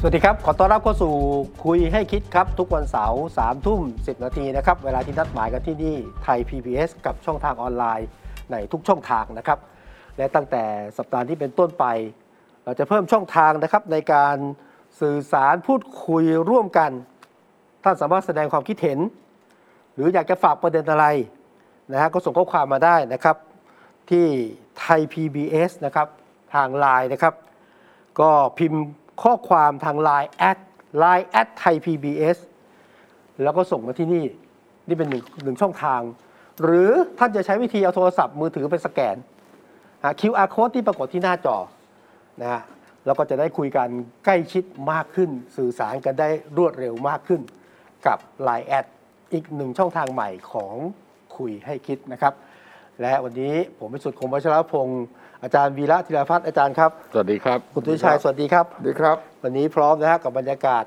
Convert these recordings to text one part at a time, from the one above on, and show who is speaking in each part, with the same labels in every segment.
Speaker 1: สวัสดีครับ ขอต้อนรับเข้าสู่คุยให้คิดครับ ทุกวันเสาร์สามทุ่มสินาทีนะครับ เวลาที่นัดหมายกันที่นี่ไทย PBS กับช่องทางออนไลน์ในทุกช่องทางนะครับ และตั้งแต่สัปดาห์ที่เป็นต้นไป เราจะเพิ่มช่องทางนะครับในการสื่อสารพูดคุยร่วมกัน ท่านสามารถแสดงความคิดเห็น หรืออยากจะฝากประเด็นอะไรนะฮะก็ส่งข้อความมาได้นะครับ ที่ไทย PBS นะครับทางไลน์นะครับ ก็พิมพ์ข้อความทาง Line แอด Line แอดไทย PBS แล้วก็ส่งมาที่นี่ นี่เป็นหนึ่งหนึ่งช่องทาง หรือท่านจะใช้วิธีเอาโทรศัพท์มือถือไปสแกนหา QR code ที่ปรากฏที่หน้าจอนะฮะแล้วก็จะได้คุยกันใกล้ชิดมากขึ้น สื่อสารกันได้รวดเร็วมากขึ้น กับ Line แอดอีกหนึ่งช่องทางใหม่ของคุยให้คิดนะครับ และวันนี้ผมพิสุทธิ์คมวัชรพงศ์อาจารย์วีระธีรพัฒน์อาจารย์ครับ
Speaker 2: สวัสดีครับ
Speaker 1: คุณตุ้ยชัยสวัสดีครับ
Speaker 2: สวัสดีครับ
Speaker 1: วันนี้พร้อมนะฮะกับบรรยากาศ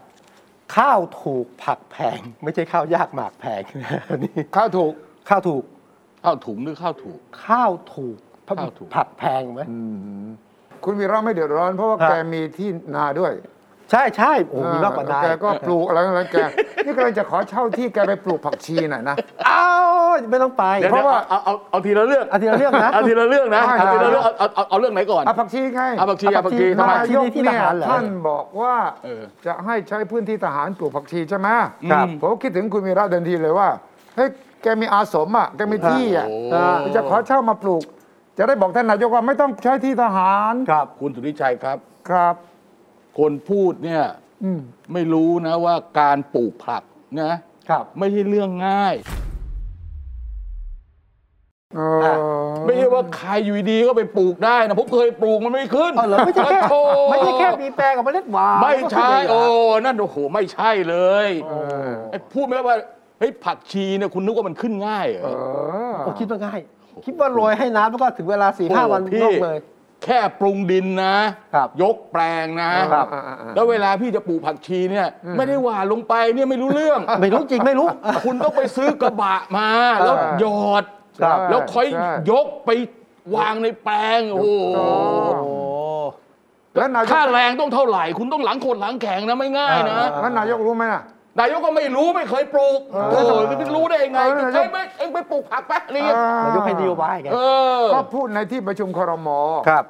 Speaker 1: ข้าวถูกผักแพง ไม่ใช่ข้าวยากหมากแพง วันนี้
Speaker 2: ข้าวถูก
Speaker 1: ข้าวถูก
Speaker 2: ข้าวถุงหรือข้าวถูก
Speaker 1: ข้าวถูกผัก
Speaker 2: ข้าวถูก
Speaker 1: ผักแพงไหม
Speaker 3: คุณวีระไม่เดือดร้อนเพราะว่า
Speaker 1: ครับ
Speaker 3: แกมีที่นาด้วย
Speaker 1: ใช่ใช่โอ้โหมีมากกว่านา
Speaker 3: เอยอแกก็ปลูกอะไรอะไรแก นี่ก็เลยจะขอเช่าที่แกไปปลูกผักชีหน่อยนะ
Speaker 1: อ้าวไม่ต้องไป
Speaker 2: เพ
Speaker 1: เพราะ
Speaker 2: ราะว่า
Speaker 1: ว่า
Speaker 2: เอาเอาเอาทีละเรื่อง
Speaker 1: อาทิตย์ละเรื่องนะ
Speaker 2: เอาทีละเรื่องนะ
Speaker 3: ได้
Speaker 2: เอาทีละเรื่องเอาเอาเอาเอาเรื่องไหนก่อน
Speaker 3: เอาผักชีไง
Speaker 2: เอาผักชี
Speaker 1: เอา
Speaker 2: เอา
Speaker 1: ผั
Speaker 2: ผั
Speaker 1: ก
Speaker 2: ก
Speaker 1: ชีมา
Speaker 2: ชีทำไม
Speaker 3: นายก
Speaker 1: ที่ท
Speaker 3: เนี่ย
Speaker 1: หารเหรอ
Speaker 3: ท่านบอกว่า
Speaker 2: เออ
Speaker 3: จะให้ใช้พื้นที่ทหารปลูกผักชีใช่ไหม
Speaker 1: ครับ
Speaker 3: ผมคิดถึงคุณวีระเดินทีเลยว่าเฮ้ยแกมีอาสมอ่ะแกมีที่อ่ะ
Speaker 1: อ่า
Speaker 3: จะขอเช่ามาปลูก จะได้บอกท่านนายกว่าไม่ต้องใช้ที่ทหาร
Speaker 1: ครับ
Speaker 2: คุณสุทธิชัยครับ
Speaker 3: ครับ
Speaker 2: คนพูดเนี่ย
Speaker 3: อืม
Speaker 2: ไม่รู้นะว่าการปลูกผักนะครับ ไม่ใช่เรื่องง่าย
Speaker 3: เอ
Speaker 1: อ่ะ
Speaker 3: อ
Speaker 2: ไม่ใช่ว่าใครอยู่ดีๆก็ไปปลูกได้นะผมเคยปลูกมันไม่ขึ้น
Speaker 1: เออเหรอไม่ใช่แค่
Speaker 2: โอ้โห
Speaker 1: ไม่ใช่แค่มีแปลงกับเมล็ดหวาน
Speaker 2: ไม่ใช่
Speaker 1: โอ้
Speaker 2: โอ้นั่นโอ้โหไม่ใช่เลยไอ้พูดไหมว่าเฮ้ยผักชีเนี่ยคุณนึกว่ามันขึ้นง่ายเหรอ
Speaker 1: โหคิดว่าง่าย คิดว่าโรยให้น้ำแล้วก็ถึงเวลาสี่ห้า
Speaker 2: โอ้โห
Speaker 1: วัน
Speaker 2: พี่
Speaker 1: งอกเลย
Speaker 2: แค่ปรุงดินนะ
Speaker 1: ครับ
Speaker 2: ยกแปลงนะ
Speaker 1: ครับ
Speaker 2: แล้วเวลาพี่จะปลูกผักชีเนี่ย ไม่ได้หว่านลงไปเนี่ยไม่รู้เรื่อง
Speaker 1: ไม่รู้จริงไม่รู้
Speaker 2: คุณต้องไปซื้อกระบะมา แล้วหยอด
Speaker 1: ครับ
Speaker 2: แล้วค่อย
Speaker 3: ใช่
Speaker 2: ยกไปวางในแปลงโอ้โห
Speaker 1: โอ้
Speaker 3: แล้วนายก
Speaker 2: ค่าแรงต้องเท่าไหร่ คุณต้องหลังโคนหลังแข็งนะไม่ง่ายนะ
Speaker 1: อ่า
Speaker 3: แล้วนายกรู้ไหมน่ะ
Speaker 2: นายกก็ไม่รู้ไม่เคยปลูกโอ้โหจะรู้ได้ยังไง
Speaker 3: เออ
Speaker 2: เอ้ยไม่เอ็งไปปลูกผักแป๊บนี่
Speaker 1: นายกให้นโยบายไง
Speaker 2: เออ
Speaker 3: ก็พูดในที่ประชุมครม
Speaker 1: ครับ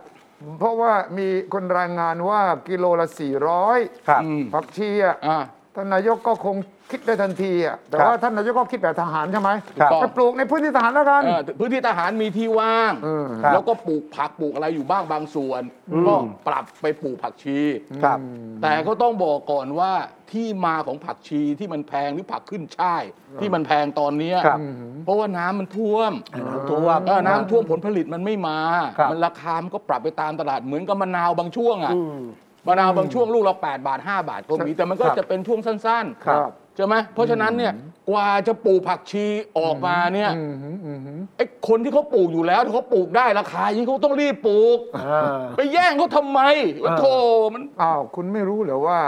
Speaker 3: เพราะว่ามีคนรายงานว่ากิโลละ 400
Speaker 1: ครับ
Speaker 2: อืม
Speaker 3: ผักชีอ่ะ
Speaker 2: อ่ะ
Speaker 3: ท่านนายกก็คงคิดได้ทันทีอ่ะแต่
Speaker 1: ครับ
Speaker 3: ว่าท่านนายกก็คิดแบบทหารใช่ไหม
Speaker 1: ครับ
Speaker 3: จะปลูกในพื้นที่ทหารแล้วกัน
Speaker 2: เอ่อพื้นที่ทหารมีที่ว่าง
Speaker 3: เออ
Speaker 1: ครับ
Speaker 2: แล้วก็ปลูกผักปลูกอะไรอยู่บ้างบางส่วน ก็ปรับไปปลูกผักชี
Speaker 1: ครับ
Speaker 2: แต่ก็ต้องบอกก่อนว่าที่มาของผักชีที่มันแพงหรือผักขึ้นช่าย ที่มันแพงตอนเนี้ย
Speaker 1: ครับ
Speaker 2: เพราะว่าน้ำมันท่วม
Speaker 1: น้ำท่วม
Speaker 2: เออน้ำท่วมผลผลิตมันไม่มา
Speaker 1: ครับ
Speaker 2: มันราคามันก็ปรับไปตามตลาดเหมือนกับมะนาวบางช่วงอ่ะ
Speaker 1: อืม
Speaker 2: มะนาวบางช่วงลูกเรา8บาท 5 บาทก็มีแต่มันก็
Speaker 1: ครับ
Speaker 2: จะเป็นช่วงสั้น
Speaker 1: ครับ
Speaker 2: ใช่ไหมเพราะฉะนั้นเนี่ยกว่าจะปลูกผักชีออกมาเนี่ย
Speaker 3: อืมหืมอืมหืม
Speaker 2: ไอ้คนที่เขาปลูกอยู่แล้วที่เขาปลูกได้ราคาอย่างนี้เขาต้องรีบปลูก
Speaker 1: อ่า
Speaker 2: ไปแย่งเขาทำไมวะโธ่มัน
Speaker 3: อ้าวคุณไม่รู้เหรอว่า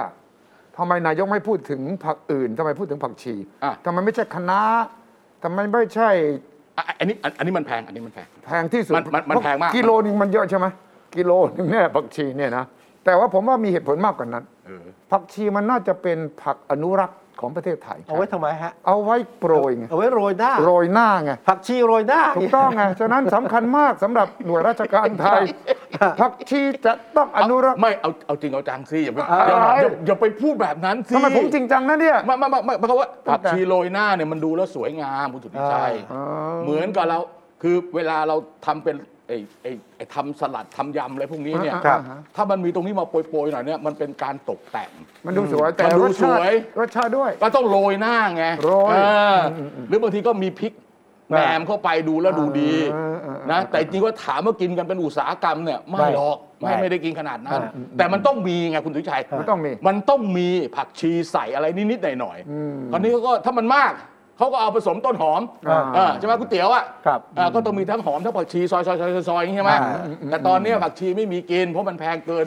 Speaker 3: ทำไมนายกไม่พูดถึงผักอื่นทำไมพูดถึงผักชี
Speaker 2: อ่ะ
Speaker 3: ทำไมไม่ใช่คะน้าทำไมไม่ใช่
Speaker 2: อ่ะอันนี้อันอันนี้มันแพงอันนี้มันแพง
Speaker 3: แพงที่สุด
Speaker 2: มันมันมันแพงมาก
Speaker 3: กิโลนึงมันเยอะใช่ไหมกิโลนึงเนี่ยผักชีเนี่ยนะแต่ว่าผมว่ามีเหตุผลมากกว่านั้น ผักชีมันน่าจะเป็นผักอนุรักษ์ของประเทศไทย
Speaker 1: เอาไว้ทำไมฮะ
Speaker 3: เอาไว้โปรยไง
Speaker 1: เอาไว้โรยหน้า
Speaker 3: โรยหน้าไง
Speaker 1: ผักชีโรยหน้า
Speaker 3: ถูกต้องไง ฉะนั้นสำคัญมากสำหรับหน่วยราชการไทย ผักชีจะต้องอนุรักษ์
Speaker 2: ไม่เอาเอาจริงเอาจังสิอย่าไปอย่าอย่าอย่าไปพูดแบบนั้นสิ
Speaker 3: ทำไมผมจริงจังนะเนี่ย
Speaker 2: ไม่ไม่ไม่ไม่เพราะว่าผักชีโรยหน้าเนี่ยมันดูแล้วสวยงามคุณสุทธิชัยเหมือนกับเราคือเวลาเราทำเป็นไอ้ไอ้ไอ้ทำสลัดทำยำอะไรพวกนี้เนี่ย
Speaker 3: อ่าครับ
Speaker 2: ถ้ามันมีตรงนี้มาโปรยๆหน่อยเนี่ยมันเป็นการตกแต่ง
Speaker 3: มันดูสวยแต่
Speaker 2: มันดู
Speaker 3: รส
Speaker 2: ส
Speaker 3: ชาติ
Speaker 2: วย
Speaker 3: รสชาติด้วย
Speaker 2: ก็ต้องโรยหน้าไง
Speaker 3: โรย
Speaker 2: เอออหรือบางทีก็มีพริกแหนมเข้าไปดูแล้วดูดี
Speaker 3: เออเออเออ
Speaker 2: นะแต่จริงๆว่าถามว่ากินกันเป็นอุตสาหกรรมเนี่ยไม่หรอก ไม่ไม่ได้กินขนาดนั้น
Speaker 1: อ่า
Speaker 2: แต่มันต้องมีไงคุณสุชัย
Speaker 3: มันต้องมี
Speaker 2: มันต้องมีผักชีใส่อะไรนิดๆหน่อย
Speaker 3: อืม
Speaker 2: ๆตอนนี้เขาก็ถ้ามันมากเขาก็เอาผสมต้นหอม
Speaker 3: อ่า
Speaker 2: เออใช่ไหมก๋วยเตี๋ยวอ่ะ
Speaker 1: ครับ
Speaker 2: อ่าก็ต้องมีทั้งหอมทั้งผักชีซอยซอยซอยซอยซอยอย่างนี้ใช่ไหม
Speaker 1: อ่า
Speaker 2: แต่ตอนนี้ผักชีไม่มีกิน เพราะมันแพงเกิน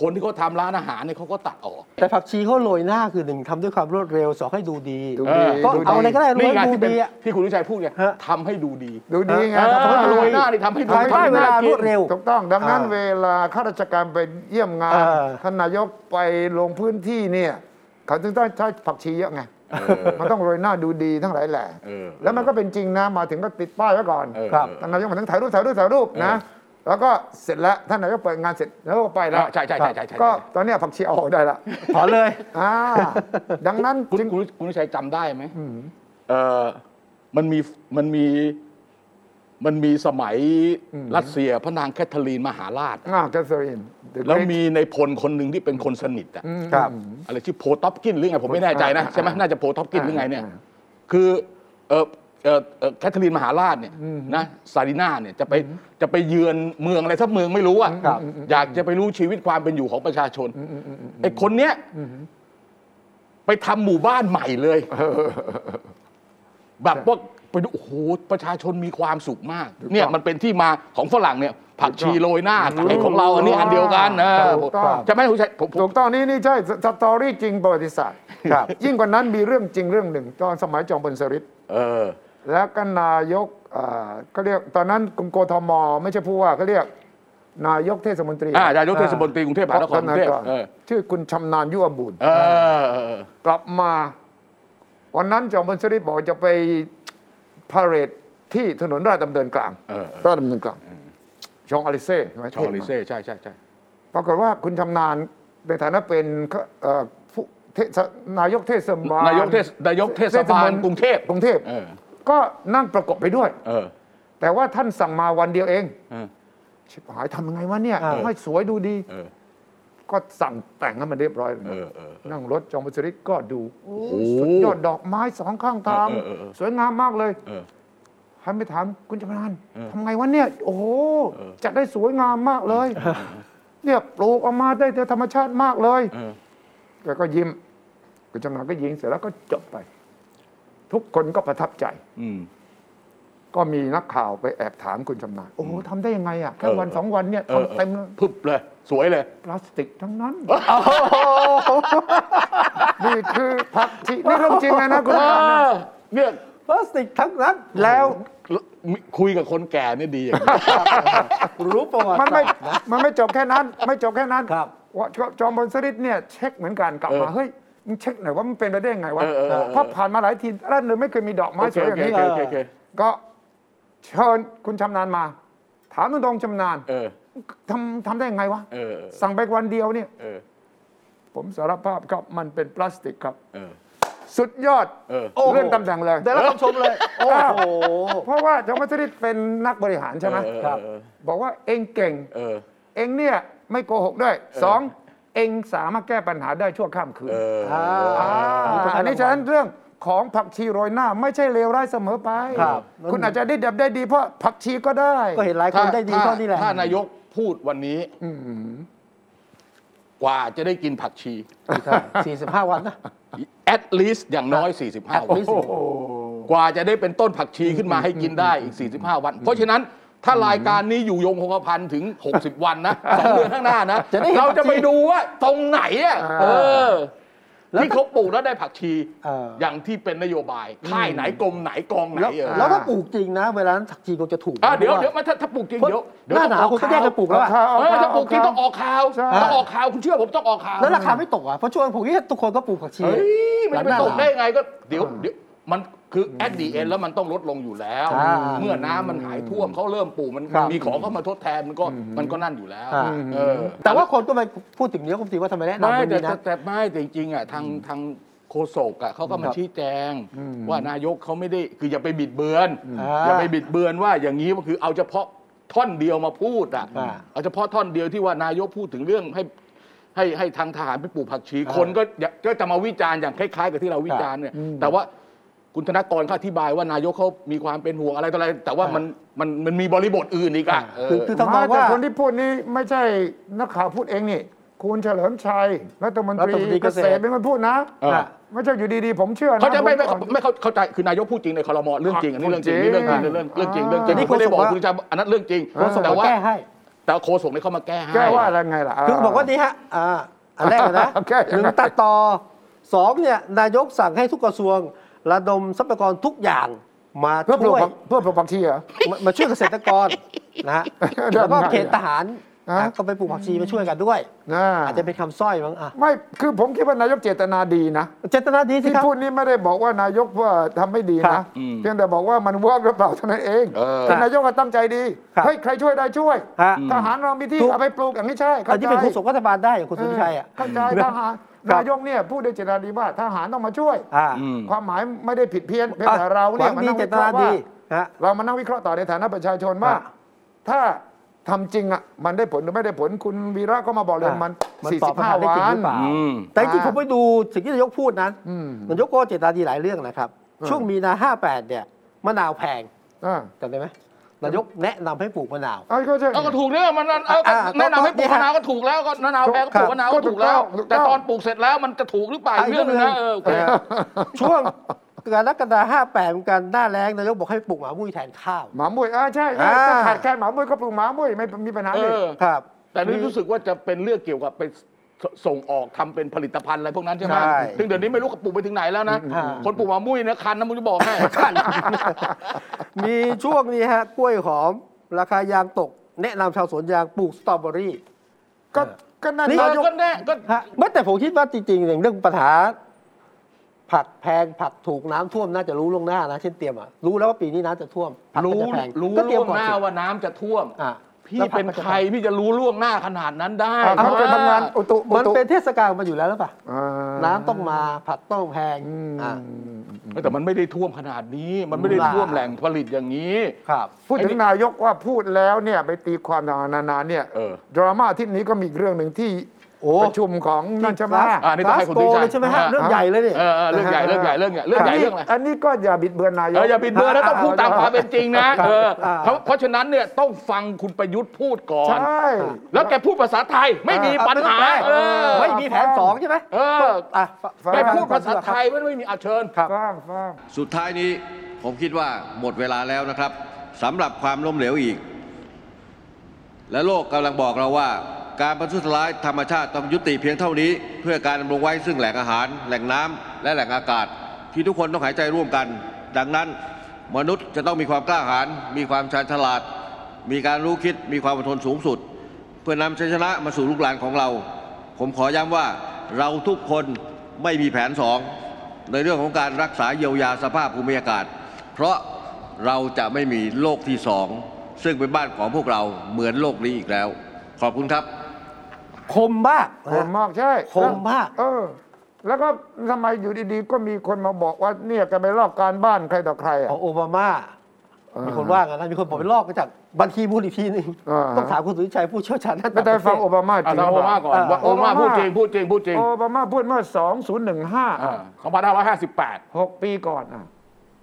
Speaker 2: คนที่เขาทำร้านอาหารเนี่ยเขาก็ตัดออก
Speaker 1: แต่ผักชีเขาโรยหน้าคือหนึ่งทำด้วยความรวดเร็วสองให้ดูดี
Speaker 3: ดู
Speaker 2: เอ
Speaker 3: ดี
Speaker 2: อ
Speaker 1: ก็เอาอะไรก็ได้โรย
Speaker 2: นี่ไง
Speaker 1: ดู
Speaker 2: ที่เป็น
Speaker 1: ดีอะ
Speaker 2: ที่คุณวิชัยพูดไง
Speaker 1: ฮะ
Speaker 2: ทำให้ดูดี
Speaker 3: ดูดีไง
Speaker 2: เออ
Speaker 3: ทำให้
Speaker 2: โรยหน้า
Speaker 3: ดี
Speaker 2: นี่ทำให้ดู
Speaker 1: ภายใต้
Speaker 2: ทำให้
Speaker 1: เวลา
Speaker 2: น่กิน
Speaker 1: รวดเร็ว
Speaker 3: ถูกต้องดังนั้น
Speaker 1: อ่า
Speaker 3: เวลาข้าราชการไปเยี่ยมงาน
Speaker 1: เออ
Speaker 3: ท่านนายกไปลงพื้นที่เนี่ยเขาถึงต้องใช้ผักชีเยอะไงมันต้องโรยหน้าดูดีทั้งหลายแหล่
Speaker 2: เออ
Speaker 3: แล้วมันก็เป็นจริงนะมาถึงก็ติดป้ายไว้ก่อน
Speaker 2: เออ
Speaker 1: ครับ
Speaker 3: ท่านนายกมาถึงถ่ายรูปถ่ายรูปถ่ายรูปนะ แล้วก็เสร็จแล้วท่านนายกเปิดงานเสร็จแล้วก็ไปแล้ว
Speaker 2: อ่าใช่ใช่ใช่ใช่ใช่
Speaker 3: ก็ตอนเนี้ยผักชีเอาออกได้ละ
Speaker 1: ถอนเลย
Speaker 3: อ่าดังนั้น
Speaker 2: คุณ
Speaker 3: จึง
Speaker 2: คุณคุณวิชัยจำได้ไหมเออมันมีมันมีมันมีสมัย
Speaker 3: อืม
Speaker 2: รัสเซียพระนางแคทเธอรีนมหาราชอะ
Speaker 3: อ่าแคสเซอริน The
Speaker 2: แล้ว
Speaker 3: Great
Speaker 2: มีในพลคนหนึ่งที่เป็นคนสนิทอะ
Speaker 3: อืม
Speaker 1: ครับ
Speaker 2: อะไรชื่อโพท็อปกินหรือไงผมไม่แน่ใจนะ
Speaker 3: อ่า
Speaker 2: ใช่ไหมน่าจะโพท็อปกินหรือไงเนี่ย
Speaker 3: อ่า
Speaker 2: คือเออเอ่อเอ่อแคทเธอรีนมหาราชเนี่ยนะซาดิน่าเนี่ยจะไปจะไปเยือนเมืองอะไรสักเมืองไม่รู้อ่ะ
Speaker 1: ครับ
Speaker 2: อยากจะไปรู้ชีวิตความเป็นอยู่ของประชาชนไอ้คนเนี้ยไปทำหมู่บ้านใหม่เลย แบบว่าไปดูโอ้โหประชาชนมีความสุขมาก เนี่ยมันเป็นที่มาของฝรั่งเนี่ย ผักชีโรยหน้ากับไอ้ของเราอันนี้อันเดียวกันนะ
Speaker 3: ถูกต้อง
Speaker 2: ใช่ไหมคุณชัยผมผม
Speaker 3: ถูกต้องนี่นี่ใช่สสตอรี่จริงประวัติศาสตร์
Speaker 2: ครับ
Speaker 3: ยิ่งกว่านั้นมีเรื่องจริงเรื่องหนึ่ง ตอนสมัยจอมพลสฤษดิ์
Speaker 2: เออ
Speaker 3: แล้วก็นายกเอ่อก็เรียกตอนนั้นกรุงโกทมไม่ใช่ผู้ว่าก็เรียก นายกเทศมนตรี
Speaker 2: อ่านายกเทศมนตรีกรุงเทพมหานครกรุงเทพ
Speaker 3: ก่อน
Speaker 2: เออ
Speaker 3: ชื่อคุณชำนาญยุอบุญ
Speaker 2: เออเออ
Speaker 3: กลับมา วันนั้นจอมพลสฤษดิ์บอกจะไปพาเหรดที่ถนนราชดำเนินกลาง
Speaker 2: เออเออ
Speaker 3: ราชดำเนินกลางชองอลิเซ่ใช่ไหม
Speaker 2: ชอลิเซ่ใช่ใช่ใช่
Speaker 3: ปรากฏว่าคุณชำนาญในฐานะเป็นเอ่อผู้เทศนายกเทศบาล
Speaker 2: นายกเทศนายกเทศบาลกรุงเทพ
Speaker 3: กรุงเทพ
Speaker 2: เออ
Speaker 3: ก็นั่งประกบไปด้วย
Speaker 2: เออ
Speaker 3: แต่ว่าท่านสั่งมาวันเดียวเอง
Speaker 2: เออ
Speaker 3: ชิบหายทำยังไงวะเนี่ย
Speaker 1: เออ
Speaker 3: ให้สวยดูดี
Speaker 2: เออ
Speaker 3: ก็สั่งแต่งให้มันเรียบร้อยเลย
Speaker 2: เออ เออ
Speaker 3: นั่งรถจอมพลสฤษดิ์ก็ดูโอ้
Speaker 2: โอ้
Speaker 3: ยสุดยอดดอกไม้สองข้างทาง
Speaker 2: เออเออเออ
Speaker 3: สวยงามมากเลย
Speaker 2: เออ
Speaker 3: หันไปถามคุณชำนาญ
Speaker 2: เออ
Speaker 3: ทำไงวะเนี่ย โอ้โห
Speaker 2: เออ
Speaker 3: จัดได้สวยงามมากเลยเนี่ยปลูกออกมาได้ธรรมชาติมากเลย
Speaker 2: เออ
Speaker 3: แกก็ยิ้มคุณชำนาญก็ยิงเสร็จแล้วก็จบไป ทุกคนก็ประทับใจ
Speaker 2: อืม
Speaker 3: ก็มีนักข่าวไปแอบถามคุณชำนาญโอ้โหทำได้ยังไงอ่ะแค่
Speaker 2: เออ
Speaker 3: วัน
Speaker 2: เออ
Speaker 3: สองวันเนี่ย
Speaker 2: ออ
Speaker 3: ทำเต็มเลย
Speaker 2: พึบเลย สวยเลย
Speaker 3: พลาสติกทั้งนั้นนี่คือผักชีนี่เรื่องจริงเลยนะคุณชำนาญนะ
Speaker 2: เนี่ย
Speaker 1: พลาสติกทั้งนั้น
Speaker 3: แล้ว
Speaker 2: คุยกับคนแก่เนี่ยดีอย่างนี้
Speaker 1: รู้ประวัติ
Speaker 3: มันไม่
Speaker 1: ศาสตร์นะ
Speaker 3: มันไม่จบแค่นั้น ไม่จบแค่นั้น
Speaker 1: ครับ
Speaker 3: ว่าจอมพลสฤษดิ์เนี่ยเช็คเหมือนกันกลับมา
Speaker 2: เออ
Speaker 3: เฮ้ยมึงเช็คหน่อยว่ามันเป็นไปได้ยังไงวะ
Speaker 2: เออเออเออ
Speaker 3: เพราะผ่านมาหลายทีร้านเลยไม่เคยมีดอกไม้
Speaker 2: โอ
Speaker 3: ส
Speaker 2: เค
Speaker 3: วยอ
Speaker 2: โอย่าง เค
Speaker 3: นี้
Speaker 2: โอเคโอเคโอเค
Speaker 3: ก็เชิญคุณชำนาญมา ถามตรงๆชำนาญ
Speaker 2: เออ
Speaker 3: ทำทำได้ยังไงวะ
Speaker 2: เออ
Speaker 3: สั่งไปวันเดียวเนี่ย
Speaker 2: เออ
Speaker 3: ผมสารภาพครับมันเป็นพลาสติกครับ
Speaker 2: เออ
Speaker 3: สุดยอด
Speaker 2: เออ
Speaker 1: โอ้โห
Speaker 3: เลื่อนตำแหน่งเลย
Speaker 1: ได้รับคำชมเลย โอ้โห
Speaker 3: เพราะว่าจอมพลสฤษดิ์เป็นนักบริหารใช่ไหม
Speaker 2: เออ
Speaker 1: ครับ
Speaker 2: เออ
Speaker 3: บอกว่าเองเก่ง
Speaker 2: เออ
Speaker 3: เองเนี่ยไม่โกหกด้วยสองเองสามารถแก้ปัญหาได้ชั่วข้ามคืน
Speaker 2: เออ
Speaker 1: อ่า
Speaker 3: าอันนี้ฉะนั้นเรื่องของผักชีโรยหน้า ไม่ใช่เลวร้ายเสมอไป
Speaker 1: ครับ
Speaker 3: คุณอาจจะได้ดับได้ดีเพราะผักชีก็ได้
Speaker 1: ก็เห็นหลายคนได้ดีเท่านี้แหละ
Speaker 2: ถ้านายกพูดวันนี้ กว่าจะได้กินผักชี
Speaker 1: สี่สิบห้าวันนะ
Speaker 2: at least อย่างน้อย 45 วัน กว่าจะได้เป็นต้นผักชีขึ้นมาให้กินได้อีก 45 วัน เพราะฉะนั้นถ้ารายการนี้อยู่ยงคงกระพันถึง 60 วันนะสองเดือนข้างหน้านะ
Speaker 1: จะได้เห็น
Speaker 2: เราจะไป
Speaker 1: ผักชี
Speaker 2: ดูว่าตรงไหนอ่ะเออ
Speaker 1: แล้ว
Speaker 2: ที่เขาปลูกแล้วได้ผักชี
Speaker 1: เอออ
Speaker 2: อย่างที่เป็นนโยบาย ค่ายไหนกรมไหนกองไหน
Speaker 1: แล้ว
Speaker 2: เออ
Speaker 1: แล้วถ้าปลูกจริงนะ เวลานั้นผักชีคงจะถูก
Speaker 2: อ่ะเดี๋ยว
Speaker 1: พราะา
Speaker 2: เดี๋ยวมาถ้าถ้าปลูกจริง
Speaker 1: เพราะ
Speaker 2: เดี๋ยวเดี๋
Speaker 1: ห
Speaker 2: ยว
Speaker 1: น้าหนาวคนก็แยกกันปลูกแล้วอะ
Speaker 3: เอาข่าว
Speaker 2: เออถ้าปลูกจริง
Speaker 3: เาข่าว
Speaker 2: ต้องออกข่าว
Speaker 3: ใช่
Speaker 2: ต้องออกข่าวคุณเชื่อผมต้องออกข่าว
Speaker 1: แล้วราคาไม่ตกอ่ะ เพราะช่วงผมนี่ทุกคนก็ปลูกผักชี
Speaker 2: เฮ้ยมันจะไปตก
Speaker 1: ห
Speaker 2: ได้
Speaker 1: ลังหน้าหนาว
Speaker 2: ไงก็เดี๋ยวเดี๋ยวมันคือแอดดีเอ็นแล้วมันต้องลดลงอยู่แล้ว
Speaker 1: อ่า
Speaker 2: เมื่อน้ำมันหายท่วมเขาเริ่มปลูกมัน
Speaker 1: ครับ
Speaker 2: มีของเข้ามาทดแทนมันก็มันก็นั่นอยู่แล้ว
Speaker 1: อ่า
Speaker 2: เออ
Speaker 1: แต่ว่าคนก็ไปพูดถึงเนี้ยคุณตีว่าทำไมแนะนำ
Speaker 2: ไม่
Speaker 1: มัน
Speaker 2: แต่
Speaker 1: ดี
Speaker 2: แต่
Speaker 1: นะ
Speaker 2: แต่ไม่แต่จริงๆอ่ะทางทางโฆษกอ่ะเขาก็
Speaker 1: ค
Speaker 2: มา
Speaker 1: รับ
Speaker 2: ชี้แจง ว่านายกเขาไม่ได้คืออย่าไปบิดเบือน
Speaker 1: อ่า
Speaker 2: อย่าไปบิดเบือนว่าอย่างนี้ก็คือเอาเฉพาะท่อนเดียวมาพูดอ่ะ
Speaker 1: อ่า
Speaker 2: เอาเฉพาะท่อนเดียวที่ว่านายกพูดถึงเรื่องให้ให้ให้ทางทหารไปปลูกผักชี
Speaker 1: อ่า
Speaker 2: คนก็ ก็จะมาวิจารณ์อย่างคล้ายๆ กับที่เราวิจารณ์เนี่ย แต่ว่า คุณธนกรเขาอธิบายว่านายกเขามีความเป็นห่วงอะไรต่ออะไร แต่ว่ามันมันมันมีบริบทอื่นอีกอะเออ
Speaker 1: คือคือทำนอง
Speaker 3: ไแต่
Speaker 1: ว่า
Speaker 3: คนที่พูดนี้ไม่ใช่นักข่าวพูดเองนี่ คุณเฉลิมชัยรัฐมนตรี
Speaker 1: รัฐมนตรี
Speaker 3: เก
Speaker 1: เกษต
Speaker 3: ษ
Speaker 1: ร
Speaker 3: ตรเป็นคนพูดนะ
Speaker 2: เออ
Speaker 3: ไม่ใช่อยู่ดีๆ ผมเชื่อน
Speaker 2: เขาจะไม่
Speaker 3: ผ
Speaker 2: ไม่
Speaker 3: ก่อน
Speaker 2: ไม่เข้าเข้าใจคือนายกพูดจริงในคอรมอเรื่องจริงอันนี้เรื่องจริง
Speaker 3: จริง
Speaker 2: นี่เรื่องจริงเรื่องเรื่องจริงเรื่องจริง
Speaker 1: อันนี้
Speaker 2: ผมไม่ได้บอก
Speaker 1: โฆษกว่า
Speaker 2: คุณจะอันนั้นเรื่องจริง
Speaker 1: โฆษก
Speaker 2: แต่
Speaker 1: มา
Speaker 2: ว่า
Speaker 1: แก้ให้
Speaker 2: แต่โคศกเนี่ยเขามาแก้ให้
Speaker 3: แก้ว่าอะไรไงล่ะ
Speaker 1: คือบอกว่านี่ฮะอ่าอันแรกเลยนะ
Speaker 3: โอเค
Speaker 1: หนึ่งตัดต่อสองเนี่ยนายกสั่งให้ทุกกระทรวง ระดมทรัพยากรทุกอย่างมา
Speaker 3: เพื่อปลู
Speaker 1: ช่
Speaker 3: ก
Speaker 1: วย
Speaker 3: ผักเพื่อปลูกผักชีเหรอ
Speaker 1: มามาช่วยเกษตรกร นะฮะแล้วก็เขตทหาร
Speaker 3: ฮะ
Speaker 1: อ่ะก็ไปปลูกผักชีมาช่วยกันด้วย
Speaker 3: นะ
Speaker 1: อาจจะเป็นคำสร้อยมั้งอ่ะ
Speaker 3: ไม่คือผมคิดว่านายกเจตนาดีนะ
Speaker 1: เจตนาดีสิ
Speaker 3: ที่
Speaker 1: ครับ
Speaker 3: พูดนี้ไม่ได้บอกว่านายกว่าทำไม่ดี
Speaker 1: ครั
Speaker 3: นะ
Speaker 1: บ
Speaker 2: อืม
Speaker 3: เพียงแต่บอกว่ามันว่างหรือเปล่าเท่านั้นเอง
Speaker 2: เออ
Speaker 3: คือนายกก็ตั้งใจดี
Speaker 1: ครับ
Speaker 3: เฮ้ยใครช่วยได้ช่วย
Speaker 1: ฮะ
Speaker 3: ทหารเรามีที่
Speaker 1: ถูก
Speaker 3: เอาไปปลูกอย่างนี้ใช่
Speaker 1: อั
Speaker 3: เข้าน ใจ
Speaker 1: ที่เป็นโฆษกรัฐบาลได้อย่างคุณสุทธิชัยอ่ะ
Speaker 3: เข้าใจทหารนายกเนี่ยพูดด้วยเจตนาดีว่าทหารต้องมาช่วย
Speaker 1: อ่า
Speaker 2: อืม
Speaker 3: ความหมายไม่ได้ผิดเพี้ยนเพียงแต่เราเนี่ย
Speaker 1: หวั
Speaker 3: มาง
Speaker 1: ดี
Speaker 3: นั่ง
Speaker 1: เจต
Speaker 3: วิเคราะ
Speaker 1: นา
Speaker 3: ห์
Speaker 1: ดี
Speaker 3: ว่า
Speaker 1: ฮะ
Speaker 3: เรามานั่งวิเคราะห์ต่อในฐานะประชาชนว่า
Speaker 1: อ่ะ
Speaker 3: ถ้าทำจริงอ่ะมันได้ผลหรือไม่ได้ผลคุณวีระก็มาบอกเลย
Speaker 1: อ่ะ
Speaker 3: มัน
Speaker 1: มันตอบปัญหาได้
Speaker 3: 45วั
Speaker 1: จริงหรือ
Speaker 3: น
Speaker 1: เปล่า
Speaker 2: อืม
Speaker 1: แต่จริงๆผ
Speaker 3: อ่า
Speaker 1: มไปดูสิ่งที่นายกพูดนะ
Speaker 3: อืม
Speaker 1: นายกก็เจตนาดีหลายเรื่องนะครับ
Speaker 3: อืม
Speaker 1: ช่วงมีนา58 เนี่ยมะนาวแพง
Speaker 3: อ่า
Speaker 1: จำได้ไหมนายกแนะนำให้ปลูกมะนาว
Speaker 3: เอาก็ใช่
Speaker 2: เอาก็ถูกเนี่ยมันนั่นเอาก็
Speaker 1: อ่า
Speaker 2: แนะนำให้ปลูก
Speaker 1: ก็
Speaker 2: มะนาวก็ถูกแล้วก็มะนาวแพงก็ปลูกมะนาวก็ถูกแล้ว
Speaker 3: ถูกต้อง
Speaker 2: แต่ตอนปลูกเสร็จแล้วมันจะถูกหรือเปล่า
Speaker 1: อ่ะ
Speaker 2: อีกเรื่องหนึงนะ
Speaker 1: อีก
Speaker 2: เอ
Speaker 1: เรื่องหนึ่ง
Speaker 2: อโอเค
Speaker 1: ช่วงกรกฎา58เหมือนกันหน้าแรงนายกบอกให้ปลูกหมามุ้ยแทนข้าว
Speaker 3: หมามุ้ยอ่าใช่
Speaker 1: อ่า
Speaker 3: ถ้าขาดแคลนหมามุ้ยก็ปลูกหมามุ้ยไม่มีปัญหาเลย
Speaker 2: เออ
Speaker 1: ครับ
Speaker 2: แต่นี่รู้สึกว่าจะเป็นเรื่องเกี่ยวกับไปสส่งออกทำเป็นผลิตภัณฑ์อะไรพวกนั้นใช่ไหม
Speaker 1: ใช่
Speaker 2: ถึงเดี๋ยวนี้ไม่รู้กระปลูกไปถึงไหนแล้วนะ
Speaker 1: อ่า
Speaker 2: คนปลูกมะมุ้ยนะคันนะมึงจะบอกให้
Speaker 1: มีช่วงนี้ฮะกล้วยหอม ราคายางตก แนะนำชาวสวนยางปลูกสตรอเบอรี่
Speaker 3: ก็ก็นั่น
Speaker 2: นี่
Speaker 3: นายก
Speaker 2: ก็แน่ก็
Speaker 1: ฮะไม่แต่ผมคิดว่าจริงๆอย่างเรื่องปัญหา ผักแพงผักถูกน้ำท่วมน่าจะรู้ล่วงหน้านะเช่นเตรียมอะรู้แล้วว่าปีนี้น้ำจะท่วมผักก็
Speaker 2: รู้
Speaker 1: จะแพง
Speaker 2: รู้
Speaker 1: ก็เตรีย
Speaker 2: ล่
Speaker 1: ม
Speaker 2: วง
Speaker 1: ก่อน
Speaker 2: หน้า
Speaker 1: สิ
Speaker 2: ว่าน้ำจะท่วม
Speaker 1: อ่ะ
Speaker 2: พี่
Speaker 1: แล้วผัก
Speaker 2: เป็น
Speaker 1: ก็จะ
Speaker 2: ใครพี่จะรู้ล่วงหน้าขนาดนั้นได้
Speaker 3: อ่าเขาจะทำงานอุตุอุ
Speaker 1: มัน
Speaker 3: ตุ
Speaker 1: เป็นเทศกาลมาอยู่แล้วหรือเปล่า
Speaker 3: อ่า
Speaker 1: น้ำต้องมาผักต้องแพง
Speaker 3: อืม
Speaker 1: อ่ะ
Speaker 2: แต่มันไม่ได้ท่วมขนาดนี้ มันไม่ได้ท่วมแหล่งผลิตอย่างนี้
Speaker 1: ครับ
Speaker 3: พูดถึงนายกว่าพูดแล้วเนี่ยไปตีความต่างๆนานาเนี่ย
Speaker 2: เออ
Speaker 3: ดราม่าที่นี้ก็มีอีกเรื่องหนึ่งที่
Speaker 1: โอ้
Speaker 3: ประชุมของนั่นใช่ไหม
Speaker 2: อ่านี่ต้องให้คุณ
Speaker 1: ลาสโก
Speaker 2: ดีใจ
Speaker 1: เลยใช่ไหมฮะ
Speaker 2: อ่า
Speaker 1: เรื่องใหญ่เลยเนี่ย
Speaker 2: เออเออเรื่องใหญ่เรื่องใหญ่เรื่องใหญ่เรื่องใหญ่เรื่องอะไร
Speaker 3: นนี้ก็อย่าบิดเบือนนายก
Speaker 2: เอออย่าบิดเบือนนะต้องพูดตามความเป็นจริงนะเออ
Speaker 1: อ่า
Speaker 2: เพราะเพราะฉะนั้นเนี่ยต้องฟังคุณประยุทธ์พูดก่อน
Speaker 3: ใช่
Speaker 2: แล้วแกพูดภาษาไทยไม่มี
Speaker 1: อ่ะ
Speaker 2: ปัญหา
Speaker 1: ไม่
Speaker 2: เอ
Speaker 1: ต้องแปล
Speaker 2: อ
Speaker 1: ไม่มีแผนสองใช่ไหม
Speaker 2: เออ
Speaker 1: อ่ะ
Speaker 3: ไม่
Speaker 2: ไปพูดภาษาไทยมันไม่มีอาเชิญ
Speaker 3: ฟังฟัง
Speaker 4: สุดท้ายนี้ผมคิดว่าหมดเวลาแล้วนะครับสำหรับความล้มเหลวอีก และโลกกำลังบอกเราว่า การประทุษร้ายธรรมชาติต้องยุติเพียงเท่านี้ เพื่อการดำรงไว้ซึ่งแหล่งอาหาร แหล่งน้ำและแหล่งอากาศ ที่ทุกคนต้องหายใจร่วมกัน ดังนั้น มนุษย์จะต้องมีความกล้าหาญมีความชาญฉลาด มีการรู้คิดมีความอดทนสูงสุด เพื่อนำชัยชนะมาสู่ลูกหลานของเรา ผมขอย้ำว่าเราทุกคนไม่มีแผนสอง ในเรื่องของการรักษาเยียวยาสภาพภูมิอากาศ เพราะเราจะไม่มีโลกที่สอง ซึ่งเป็นบ้านของพวกเราเหมือนโลกนี้อีกแล้ว ขอบคุณครับ
Speaker 1: คมมาก
Speaker 3: ค
Speaker 1: นะ
Speaker 3: มมากใช่
Speaker 1: คมมาก
Speaker 3: เออ แล้วก็ทำไมอยู่ดีๆ ก็มีคนมาบอกว่าเนี่ยแกไปลอกการบ้านใครต่อใครอ่ะ
Speaker 1: ของโอบามา มีคนว่ากันนะ มีคนบอกไปลอกมาจากบัญชีพูดอีกทีหนึง
Speaker 3: อ่า
Speaker 1: ต้องถามคุณสุทธิชัยผู้เชี่ยวชาญด้าน
Speaker 3: ไม่ได้ฟังโอบามาจ
Speaker 2: เอา
Speaker 3: ริง
Speaker 2: ทางโอมาก่อนว่าโอมาพูดจริงพูดจริงพูดจริง
Speaker 3: โอบามาพูดเมื่อ 2015อ่ะ
Speaker 2: 2558
Speaker 3: หกปีก่อนอ่ะ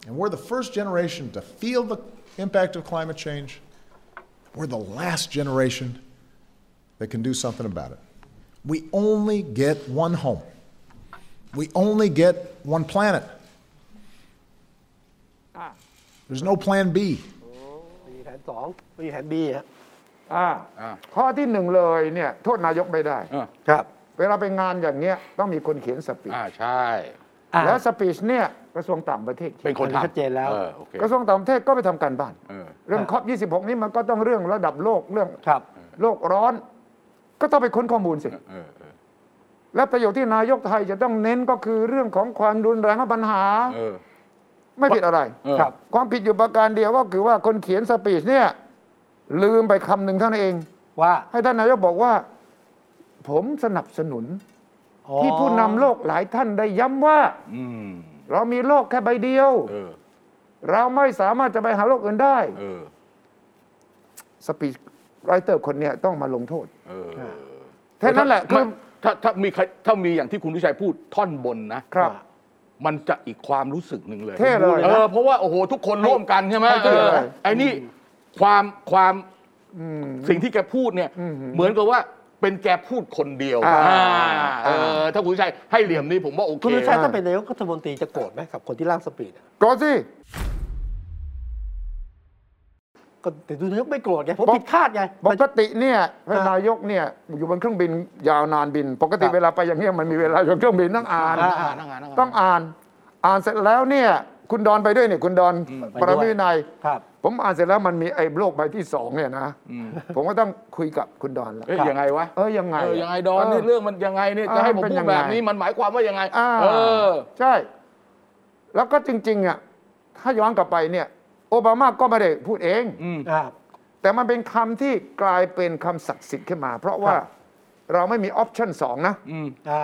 Speaker 5: And we're the first generation to feel the impact of climate change. We're the last generation that can do something about it. We only get one home. We only get one planet. There's no plan B.
Speaker 1: ไม่มีแผนสองไม่มีแผนบีฮะ
Speaker 3: อ่า
Speaker 2: อ่า
Speaker 3: ข้อที่หนึ่งเลยเนี่ย โทษนายกไม่ได้
Speaker 2: เออ
Speaker 1: ครับ
Speaker 3: เวลาไปงานอย่างเงี้ยต้องมีคนเขียนสปีช
Speaker 2: อ่าใช่
Speaker 3: แล้วสปีชเนี่ยกระทรวงต่างประเทศเขียน
Speaker 2: เป็นคนทำ
Speaker 1: ชัดเจนแล้ว
Speaker 2: เออโอเค
Speaker 3: กระทรวงต่างประเทศก็ไปทำการบ้าน
Speaker 2: เออ
Speaker 3: เรื่องคอบ26 นี่มันก็ต้องเรื่องระดับโลกเรื่อง
Speaker 1: ครับ
Speaker 3: โลกร้อน ก็ต้องไปค้นข้อมูลสิ
Speaker 2: เออเออ
Speaker 3: และประโยชน์ที่นายกไทยจะต้องเน้นก็คือเรื่องของความรุนแรงและปัญหา
Speaker 2: เออ
Speaker 3: ไม่ผิดอะไร
Speaker 2: เออ
Speaker 1: ครับ
Speaker 3: ความผิดอยู่ประการเดียวก็คือว่าคนเขียนสปีชเนี่ย ลืมไปคำหนึ่งเท่านั้นเอง
Speaker 1: ว่า
Speaker 3: ให้ท่านนายกบอกว่า ผมสนับสนุน
Speaker 1: อ๋อ
Speaker 3: ที่ผู้นำโลกหลายท่านได้ย้ำว่า
Speaker 2: อืม
Speaker 3: เรามีโลกแค่ใบเดียว
Speaker 2: เออ
Speaker 3: เราไม่สามารถจะไปหาโลกอื่นได้
Speaker 2: เออ
Speaker 3: สปีชไรเตอร์คนเนี้ยต้องมาลงโทษ
Speaker 2: เออ
Speaker 3: แค่นั้นแหละคือ
Speaker 2: ถ้าถ้ามีใครถ้ามีอย่างที่คุณวิชัยพูดท่อนบนนะ
Speaker 3: ครับ
Speaker 2: มันจะอีกความรู้สึกหนึ่งเลย
Speaker 3: เท่เลย
Speaker 2: เออเพราะว่าโอ้โหทุกคนร่วมกันใช่ไหม
Speaker 3: ให้เท่
Speaker 2: เออ
Speaker 3: เลย
Speaker 2: ไอ้นี่ความความสิ่งที่แกพูดเนี่ยเหมือนกับว่าเป็นแกพูดคนเดียว
Speaker 3: อ่า
Speaker 2: อ่าเออถ้าคุณชัยให้เหลี่ยมนี้ผมว่าโอเค
Speaker 1: คุณลุงชัยถ้าเป็นนายกรัฐมนตรีจะโกรธไหมกับคนที่ร่างสปีดอะ
Speaker 3: ก็สิ
Speaker 1: ก็แต่ดูนายกไม่โกรธไงผม
Speaker 3: บอก
Speaker 1: ผิดคาดไง
Speaker 3: ปกติเนี่ยพระนายกเนี่ยอยู่บนเครื่องบินยาวนานบิน ปกติ
Speaker 1: ครับ
Speaker 3: เวลาไปอย่างเงี้ยมันมีเวลาอยู่บนเครื่องบินต้องอ่าน
Speaker 1: อ่า
Speaker 2: นั่งอ่านนั่งอ่าน
Speaker 3: ต้องอ่าน อ่านเสร็จแล้วเนี่ยคุณดอนไปด้วยเนี่ยคุณดอน
Speaker 1: ไปด้วย
Speaker 3: ประวินัย
Speaker 1: ครับ
Speaker 3: ผมอ่านเสร็จแล้วมันมีไอ้โลกใบที่สองเนี่ยนะ ผมก็ต้องคุยกับคุณดอนแล้ว
Speaker 2: เอ้ยยังไงวะ
Speaker 3: เออยังไง
Speaker 2: เออยังไงดอนนี่เรื่องมันยังไงเนี่ยจะให้ผม
Speaker 3: เออเป็น
Speaker 2: พู
Speaker 3: ยั
Speaker 2: ด
Speaker 3: งไง
Speaker 2: แบบนี้มันหมายความว่ายังไง
Speaker 3: อ่า
Speaker 2: เออ
Speaker 3: ใช่ แล้วก็จริงๆอ่ะถ้าย้อนกลับไปเนี่ย โอบามาก็ไม่ได้พูดเอง
Speaker 1: อ่า
Speaker 3: แต่มันเป็นคำที่กลายเป็นคำศักดิ์สิทธิ์ขึ้นมา เพราะว่า
Speaker 1: ครับ
Speaker 3: เราไม่มีออปชั่นสองนะ
Speaker 1: อ่า